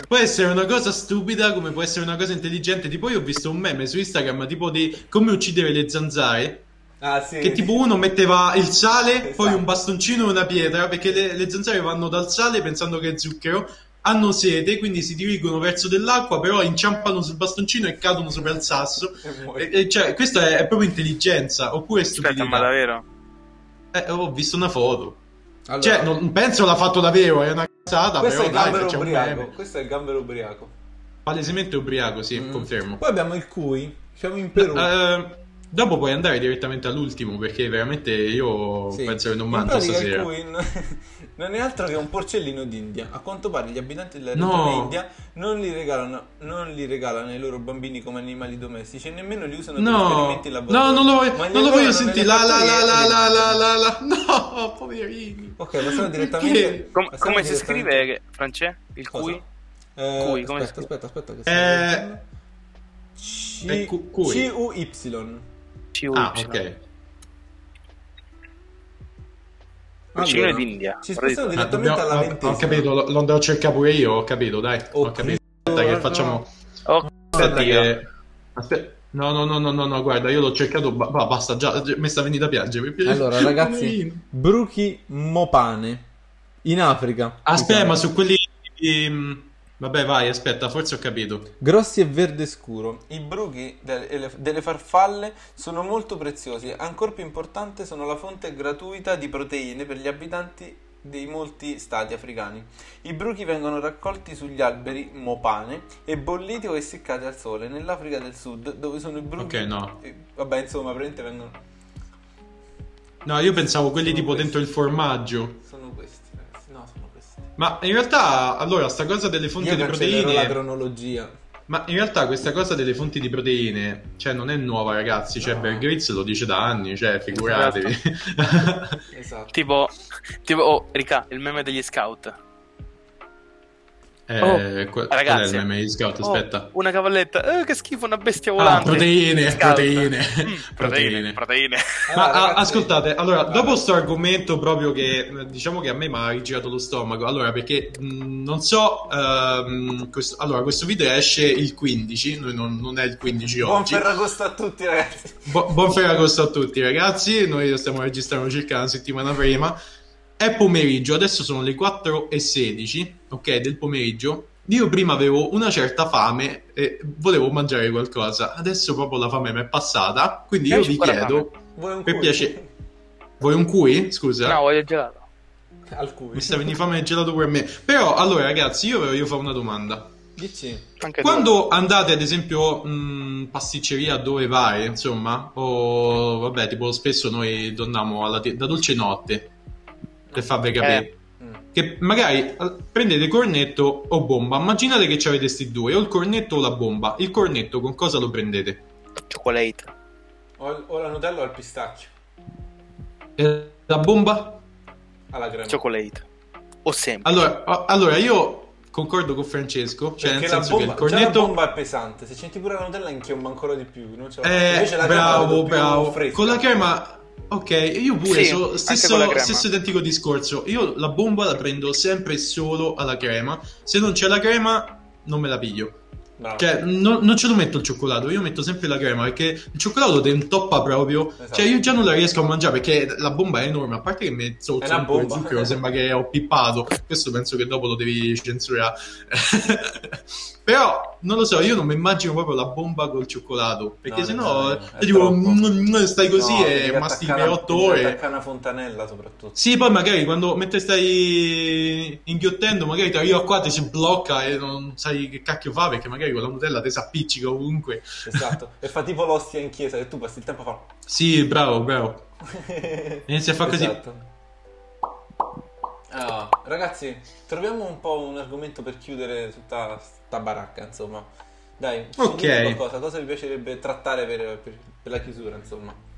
S4: Può essere una cosa stupida come può essere una cosa intelligente. Tipo, io ho visto un meme su Instagram tipo di come uccidere le zanzare.
S2: Ah, sì.
S4: Che tipo uno metteva il sale, poi
S2: Esatto.
S4: un bastoncino e una pietra, perché le, le zanzare vanno dal sale pensando che è zucchero, hanno sete, quindi si dirigono verso dell'acqua, però inciampano sul bastoncino e cadono sopra il sasso.
S2: E muori.
S4: E- e cioè, questa è, è proprio intelligenza, oppure
S3: Aspetta,
S4: stupidità.
S3: ma davvero?
S4: Eh, ho visto una foto.
S2: Allora,
S4: Cioè, non penso l'ha fatto davvero, è una cazzata,
S2: questo è
S4: però
S2: il
S4: dai,
S2: gambero
S4: facciamo un
S2: ubriaco.
S4: meme.
S2: Questo è il gambero ubriaco.
S4: Palesemente ubriaco, sì,
S2: Mm.
S4: confermo.
S2: Poi abbiamo il cui. Siamo in Perù.
S4: Eh, dopo puoi andare direttamente all'ultimo perché veramente io
S2: Sì.
S4: penso che non
S2: In
S4: mangio
S2: pratica il
S4: stasera.
S2: Queen non è altro che un porcellino d'India. A quanto pare gli abitanti della
S4: No.
S2: regione India non li, regalano, non li regalano ai loro bambini come animali domestici e nemmeno li usano per
S4: No,
S2: esperimenti in
S4: no,
S2: laboratorio.
S4: non lo
S2: Ma
S4: voglio,
S2: li
S4: non lo voglio
S2: lavorano
S4: sentire.
S2: nelle
S4: La la la
S2: fattorie e
S4: la
S2: li
S4: la la
S2: mangiano.
S4: la la. No, poverini.
S2: Ok, passiamo
S4: Perché?
S2: direttamente.
S3: Com-
S2: passiamo
S3: come si
S2: direttamente-
S3: scrive, che- Francesco? Il
S2: Cosa?
S3: cui?
S2: Eh,
S3: Cui, come
S2: aspetta,
S3: si
S2: aspetta,
S3: scrive?
S2: aspetta, che
S4: Eh,
S2: sto
S4: è cu- cui.
S2: leggendo. C- CUY.
S3: CUY.
S4: Ah, ok.
S3: Cucina d'India.
S2: Ci spostiamo
S4: Ah,
S2: direttamente
S4: dobbiamo-
S2: alla
S4: ho-
S2: ventesima.
S4: Ho capito, lo, lo andrò a cercare pure io. Ho capito, dai.
S2: Oh,
S4: Ho capito. Aspetta, che facciamo.
S3: Oh,
S4: Aspetta,
S3: raga.
S4: che. Aspetta. No, no, no, no, no, no, guarda, io l'ho cercato, ba- ba- basta, già, già- mi sta venendo a piangere.
S2: Allora, ragazzi,
S4: Poverino.
S2: bruchi mopane in Africa.
S4: Ah, Aspetta,
S2: Diciamo.
S4: ma su quelli. ehm, Vabbè, vai, aspetta, forse ho capito.
S2: Grossi e verde scuro. I bruchi del- ele- delle farfalle sono molto preziosi. Ancora più importante sono la fonte gratuita di proteine per gli abitanti dei molti stati africani. I bruchi vengono raccolti sugli alberi mopane e bolliti o essiccati al sole nell'Africa del Sud, dove sono i bruchi.
S4: Ok, no.
S2: eh, Vabbè, insomma, praticamente vengono.
S4: No, io pensavo quelli
S2: Sono
S4: tipo
S2: questi.
S4: dentro il formaggio.
S2: Sono questi, ragazzi. No, sono questi.
S4: Ma in realtà, allora, sta cosa delle fonti
S2: Io
S4: di
S2: cancellerò
S4: proteine.
S2: la cronologia.
S4: Ma in realtà, questa cosa delle fonti di proteine, cioè, non è nuova, ragazzi. Cioè,
S2: No.
S4: Bear Grylls lo dice da anni, cioè, figuratevi.
S2: Esatto.
S3: Tipo, tipo, oh, Ricà, il meme degli scout.
S4: eh,
S3: Oh,
S4: qual- qual è il
S3: Ragazzi,
S4: meme di Scout?
S3: Oh,
S4: Aspetta.
S3: una cavalletta. Eh, che schifo, una bestia
S4: Ah,
S3: volante.
S4: proteine,
S3: Scout.
S4: proteine,
S3: Mm, proteine,
S4: proteine.
S3: proteine.
S4: Ma
S2: Allora,
S4: ah,
S2: Eh, ragazzi- eh.
S4: ascoltate, allora,
S2: Vai.
S4: dopo questo argomento proprio che eh, diciamo che a me mi ha rigirato lo stomaco, allora perché mh, non so, ehm, questo, allora questo video esce il 15, noi non, non è il 15
S2: Buon
S4: oggi.
S2: Ferragosto a tutti, ragazzi.
S4: Bu- buon Ferragosto a tutti ragazzi, noi lo stiamo registrando circa una settimana prima, è pomeriggio, adesso sono le 4 e 16, ok, del pomeriggio. Io prima avevo una certa fame e volevo mangiare qualcosa, adesso proprio la fame mi è passata, quindi io
S3: Esci
S4: vi
S3: con la
S4: chiedo...
S2: Vuoi un
S4: Per
S2: cui?
S4: piacere. Vuoi un cui? Scusa.
S3: No, voglio il gelato.
S2: Al cui.
S4: Mi sta venendo fame del gelato per me. Però, allora, ragazzi, io vi voglio fare una domanda.
S2: Dici.
S3: Anche tu.
S4: Quando andate, ad esempio, mh, pasticceria dove vai, insomma, o vabbè, tipo spesso noi torniamo alla te- da dolce notte, per farvi capire.
S2: Mm.
S4: Che magari eh, prendete cornetto o bomba. Immaginate che ci avete sti due, o il cornetto o la bomba. Il cornetto con cosa lo prendete?
S3: Chocolate.
S2: O, o la Nutella o al pistacchio.
S4: Eh, La bomba?
S2: Alla crema.
S3: Cioè, Chocolate. O sempre.
S4: Allora, a- allora, io concordo con Francesco, cioè nel
S2: Perché
S4: senso
S2: la bomba,
S4: che il
S2: già la
S4: cornetto...
S2: bomba è pesante. Se senti pure la Nutella, inchiomba ancora di più. Non ce la faccio.
S4: Eh,
S2: Invece la crema la vedo
S4: bravo,
S2: più
S4: bravo.
S2: fresca.
S4: Con la crema... Ok, io pure,
S3: Sì,
S4: so-
S3: anche con la
S4: stesso,
S3: crema.
S4: stesso identico discorso. Io la bomba la prendo sempre e solo alla crema. Se non c'è la crema, non me la piglio.
S2: Bravo.
S4: Cioè, no- non ce lo metto il cioccolato, io metto sempre la crema perché il cioccolato te intoppa proprio.
S2: Esatto.
S4: Cioè, io già non la riesco a mangiare perché la bomba è enorme. A parte che mezzo
S2: È una
S4: zucchero,
S2: bomba.
S4: zucchero sembra che ho pippato. Questo penso che dopo lo devi censurare. Però non lo so, io non mi immagino proprio la bomba col cioccolato perché
S2: No,
S4: sennò
S2: nemmeno io, è
S4: io dico,
S2: troppo.
S4: "Mm, mm, stai così
S2: No, devi
S4: e mastichi
S2: attaccare
S4: per
S2: una-
S4: 8
S2: devi
S4: ore.
S2: attaccare una fontanella, soprattutto.
S4: Sì, poi magari quando mentre stai inghiottendo, magari ti arriva qua, ti si blocca e non sai che cacchio fa perché magari con la Nutella ti s'appiccica ovunque.
S2: Esatto. e fa tipo l'ostia in chiesa che tu passi il tempo a fare.
S4: Sì, bravo, bravo. Inizia a fare così.
S2: Esatto. Ah, ragazzi, troviamo un po' un argomento per chiudere tutta sta baracca, insomma. Dai, ci
S4: Ok.
S2: dite qualcosa, cosa vi piacerebbe trattare per, per- per la chiusura, insomma.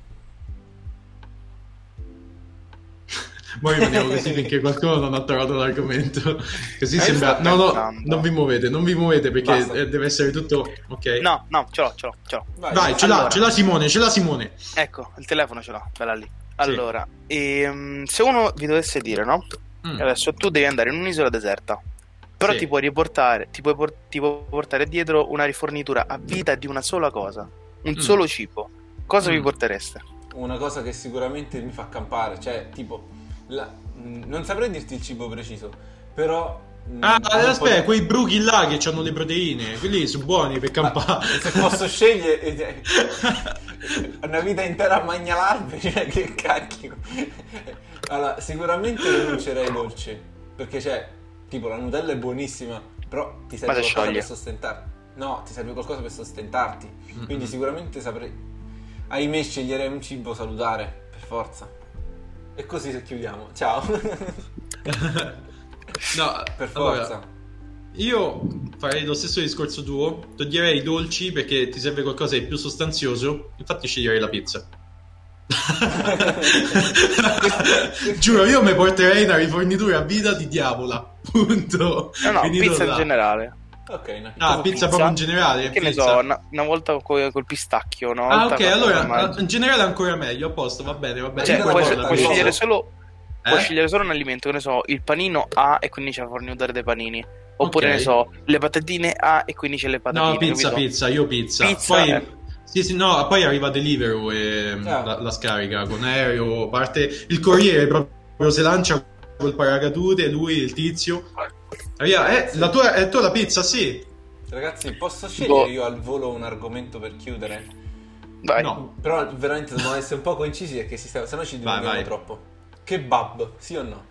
S4: Poi rimaniamo così finché qualcuno non ha trovato l'argomento. Così
S3: Eh,
S4: sembra.
S3: sto
S4: No, no,
S3: pensando.
S4: non vi muovete, non vi muovete perché
S2: Basta.
S4: eh, deve essere tutto. Ok.
S3: No, no, ce l'ho, ce l'ho, ce l'ho.
S2: Vai,
S4: Vai, ce l'ha,
S3: Allora.
S4: ce l'ha Simone, ce l'ha Simone.
S3: Ecco, il telefono ce l'ho, bella lì. Allora, ehm, se uno vi dovesse dire, no?
S4: Mm.
S3: Adesso tu devi andare in un'isola deserta, però
S4: Sì.
S3: ti puoi riportare, ti puoi por- ti puoi portare dietro una rifornitura a vita di una sola cosa, un
S4: Mm.
S3: solo cibo. Cosa vi
S4: Mm.
S3: portereste?
S2: Una cosa che sicuramente mi fa campare, cioè, tipo, la- mh, non saprei dirti il cibo preciso, però... mh,
S4: Ah,
S2: non
S4: aspetta,
S2: potrei-
S4: quei bruchi là che hanno le proteine, quelli sono buoni per
S2: Ma
S4: campare.
S2: se posso scegliere eh, eh, una vita intera a magnalarmi, cioè che cacchio. Allora, sicuramente rinuncerei ai dolci, perché cioè, tipo la Nutella è buonissima, però ti serve
S3: Ma si
S2: qualcosa
S3: scioglie.
S2: per sostentarti. No, ti serve qualcosa per sostentarti. Quindi
S4: Mm.
S2: sicuramente saprei ahimè sceglierei un cibo salutare, per forza. E così se chiudiamo. Ciao.
S4: no,
S2: per
S4: allora,
S2: forza.
S4: io farei lo stesso discorso tuo, toglierei i dolci perché ti serve qualcosa di più sostanzioso, infatti sceglierei la pizza. Giuro, io mi porterei una rifornitura a vita di diavola, punto.
S3: No, no,
S4: Finito
S3: pizza in
S4: là.
S3: generale.
S2: Ok, no.
S4: Ah, pizza,
S3: Pizza?
S4: proprio in generale.
S3: Che ne
S4: Eh, pizza.
S3: so, una, una volta co- col, pistacchio, una
S4: Ah,
S3: volta
S4: ok,
S3: con-
S4: allora,
S3: ma-
S4: in generale ancora meglio, a posto, va bene, va bene.
S3: Cioè,
S2: Io
S4: Poi
S3: puoi,
S2: guardo
S4: la
S2: la
S3: puoi
S4: pizza.
S3: scegliere solo, puoi
S4: Eh?
S3: scegliere solo un alimento, che ne so, il panino A e quindi c'è la fornitura dei panini. Oppure,
S4: Ok.
S3: ne so, le patatine A e quindi c'è le patatine.
S4: No, pizza,
S3: capito?
S4: pizza, io pizza.
S3: Pizza,
S4: poi,
S3: eh.
S4: sì, sì, no, poi arriva Deliveroo e mm,
S2: Ah.
S4: la, la scarica con aereo, parte il corriere proprio se lancia col paracadute, lui, il tizio. Arriva, eh, la tua, è tua la pizza, sì.
S2: Ragazzi, posso scegliere io al volo un argomento per chiudere?
S3: Vai.
S4: No,
S2: Però veramente dobbiamo essere un po' concisi perché si sta, sennò ci
S4: Vai,
S2: dilunghiamo
S4: vai.
S2: troppo. Kebab, sì o no?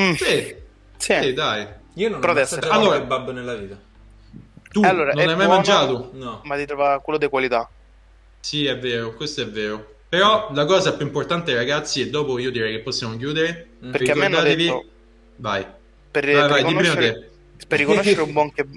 S3: Mm, sì.
S4: sì,
S3: Eh.
S4: sì, dai.
S2: Io non
S3: Però
S2: ho
S3: adesso-
S2: assaggiato un
S4: allora-
S2: kebab nella vita.
S4: Tu
S3: Allora,
S4: non
S3: è
S4: hai mai
S3: buono-
S4: mangiato?
S2: No.
S3: Ma ti trova quello di qualità.
S4: Sì, è vero, questo è vero. Però la cosa più importante, ragazzi, e dopo io direi che possiamo chiudere.
S2: Mm.
S3: Perché a me hanno
S4: ricordatevi-
S3: detto-
S4: Vai,
S3: Per,
S4: vai,
S3: per
S4: vai, di prima
S3: riconoscere,
S4: te.
S3: per riconoscere un buon kebab.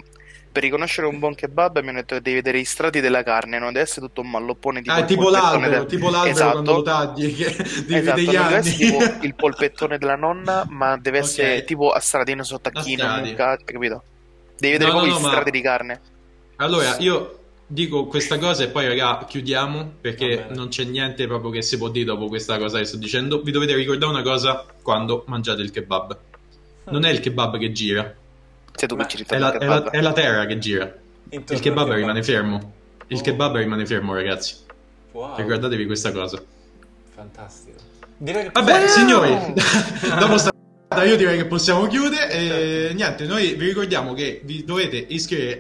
S3: Per riconoscere un buon kebab mi hanno detto che devi vedere i strati della carne, non deve essere tutto un malloppone tipo
S4: Ah,
S3: il
S4: tipo
S3: polpettone
S4: l'albero,
S3: del-
S4: tipo l'albero
S3: Esatto.
S4: quando lo tagli, che divide
S3: Esatto,
S4: gli
S3: non deve
S4: anni.
S3: essere tipo il polpettone della nonna, ma deve
S4: Ok.
S3: essere tipo a stradino sotto
S4: A
S3: tacchino,
S4: strati.
S3: mucca, capito? Devi vedere
S4: No,
S3: proprio
S4: no,
S3: gli
S4: no, ma-
S3: strati di carne.
S4: Allora, io dico questa cosa e poi, raga, chiudiamo
S2: Va
S4: perché
S2: bene.
S4: non c'è niente proprio che si può dire dopo questa cosa che sto dicendo. Vi dovete ricordare una cosa quando mangiate il kebab. Non è il kebab che gira,
S3: Se tu
S2: Ma-
S3: che ci
S4: è
S3: ritorni
S4: la,
S3: al
S4: è la-
S3: kebab.
S4: è la terra che gira.
S2: Intorno
S4: Il
S2: al
S4: kebab rimane fermo. Il
S2: Oh.
S4: kebab rimane fermo, ragazzi. Oh.
S2: Wow,
S4: Ricordatevi questa cosa.
S2: fantastico. Direi che
S4: Vabbè,
S3: Wow!
S4: signori, dopo sta puntata io direi che possiamo chiudere. E niente, noi vi ricordiamo che vi dovete iscrivere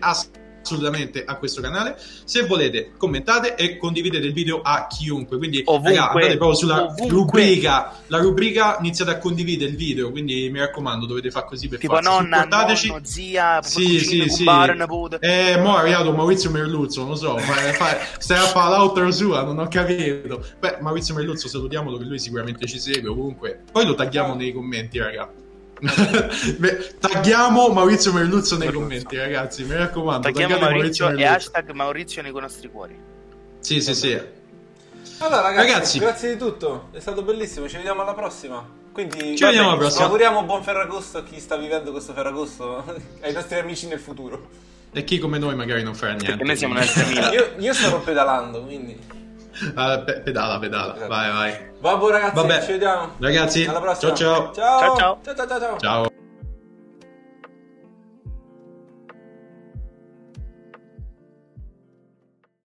S4: assolutamente a questo canale. Se volete, commentate e condividete il video a chiunque. Quindi,
S3: Ovunque,
S4: raga, andate proprio sulla
S3: ovunque.
S4: rubrica. La rubrica iniziate a condividere il video. Quindi, mi raccomando, dovete fare così per
S3: Tipo
S4: forza.
S3: nonna,
S4: Supportateci.
S3: nonno, zia,
S4: Sì, sì,
S3: cucina,
S4: sì.
S3: cumbar, nipote.
S4: Eh, mo' è arrivato Maurizio Merluzzo, non lo so, ma fa, stai a fare l'outro sua, non ho capito. Beh, Maurizio Merluzzo, salutiamolo che lui sicuramente ci segue comunque. Poi lo tagghiamo nei commenti, raga. Beh, tagghiamo Maurizio Merluzzo nei commenti, ragazzi, mi raccomando.
S3: Tagliamo
S4: taggate
S3: Maurizio e
S4: Merluzzo.
S3: hashtag Maurizio nei nostri cuori.
S4: Sì, sì, sì.
S2: Allora ragazzi,
S4: Ragazzi.
S2: grazie di tutto. È stato bellissimo, ci vediamo alla prossima. Quindi
S4: Ci vediamo alla prossima.
S2: Auguriamo buon Ferragosto a chi sta vivendo questo Ferragosto, ai nostri amici nel futuro.
S4: E chi come noi magari non farà niente.
S3: Perché noi siamo nel 3000.
S2: Io, io sto pedalando, quindi.
S4: Ah, pe- pedala, pedala.
S2: Esatto.
S4: Vai, vai.
S2: Vabbè ragazzi,
S4: Vabbè.
S2: ci vediamo.
S4: Ragazzi,
S2: Alla prossima.
S4: ciao, ciao.
S2: Ciao
S3: Ciao, ciao.
S2: ciao ciao. ciao.
S4: Ciao.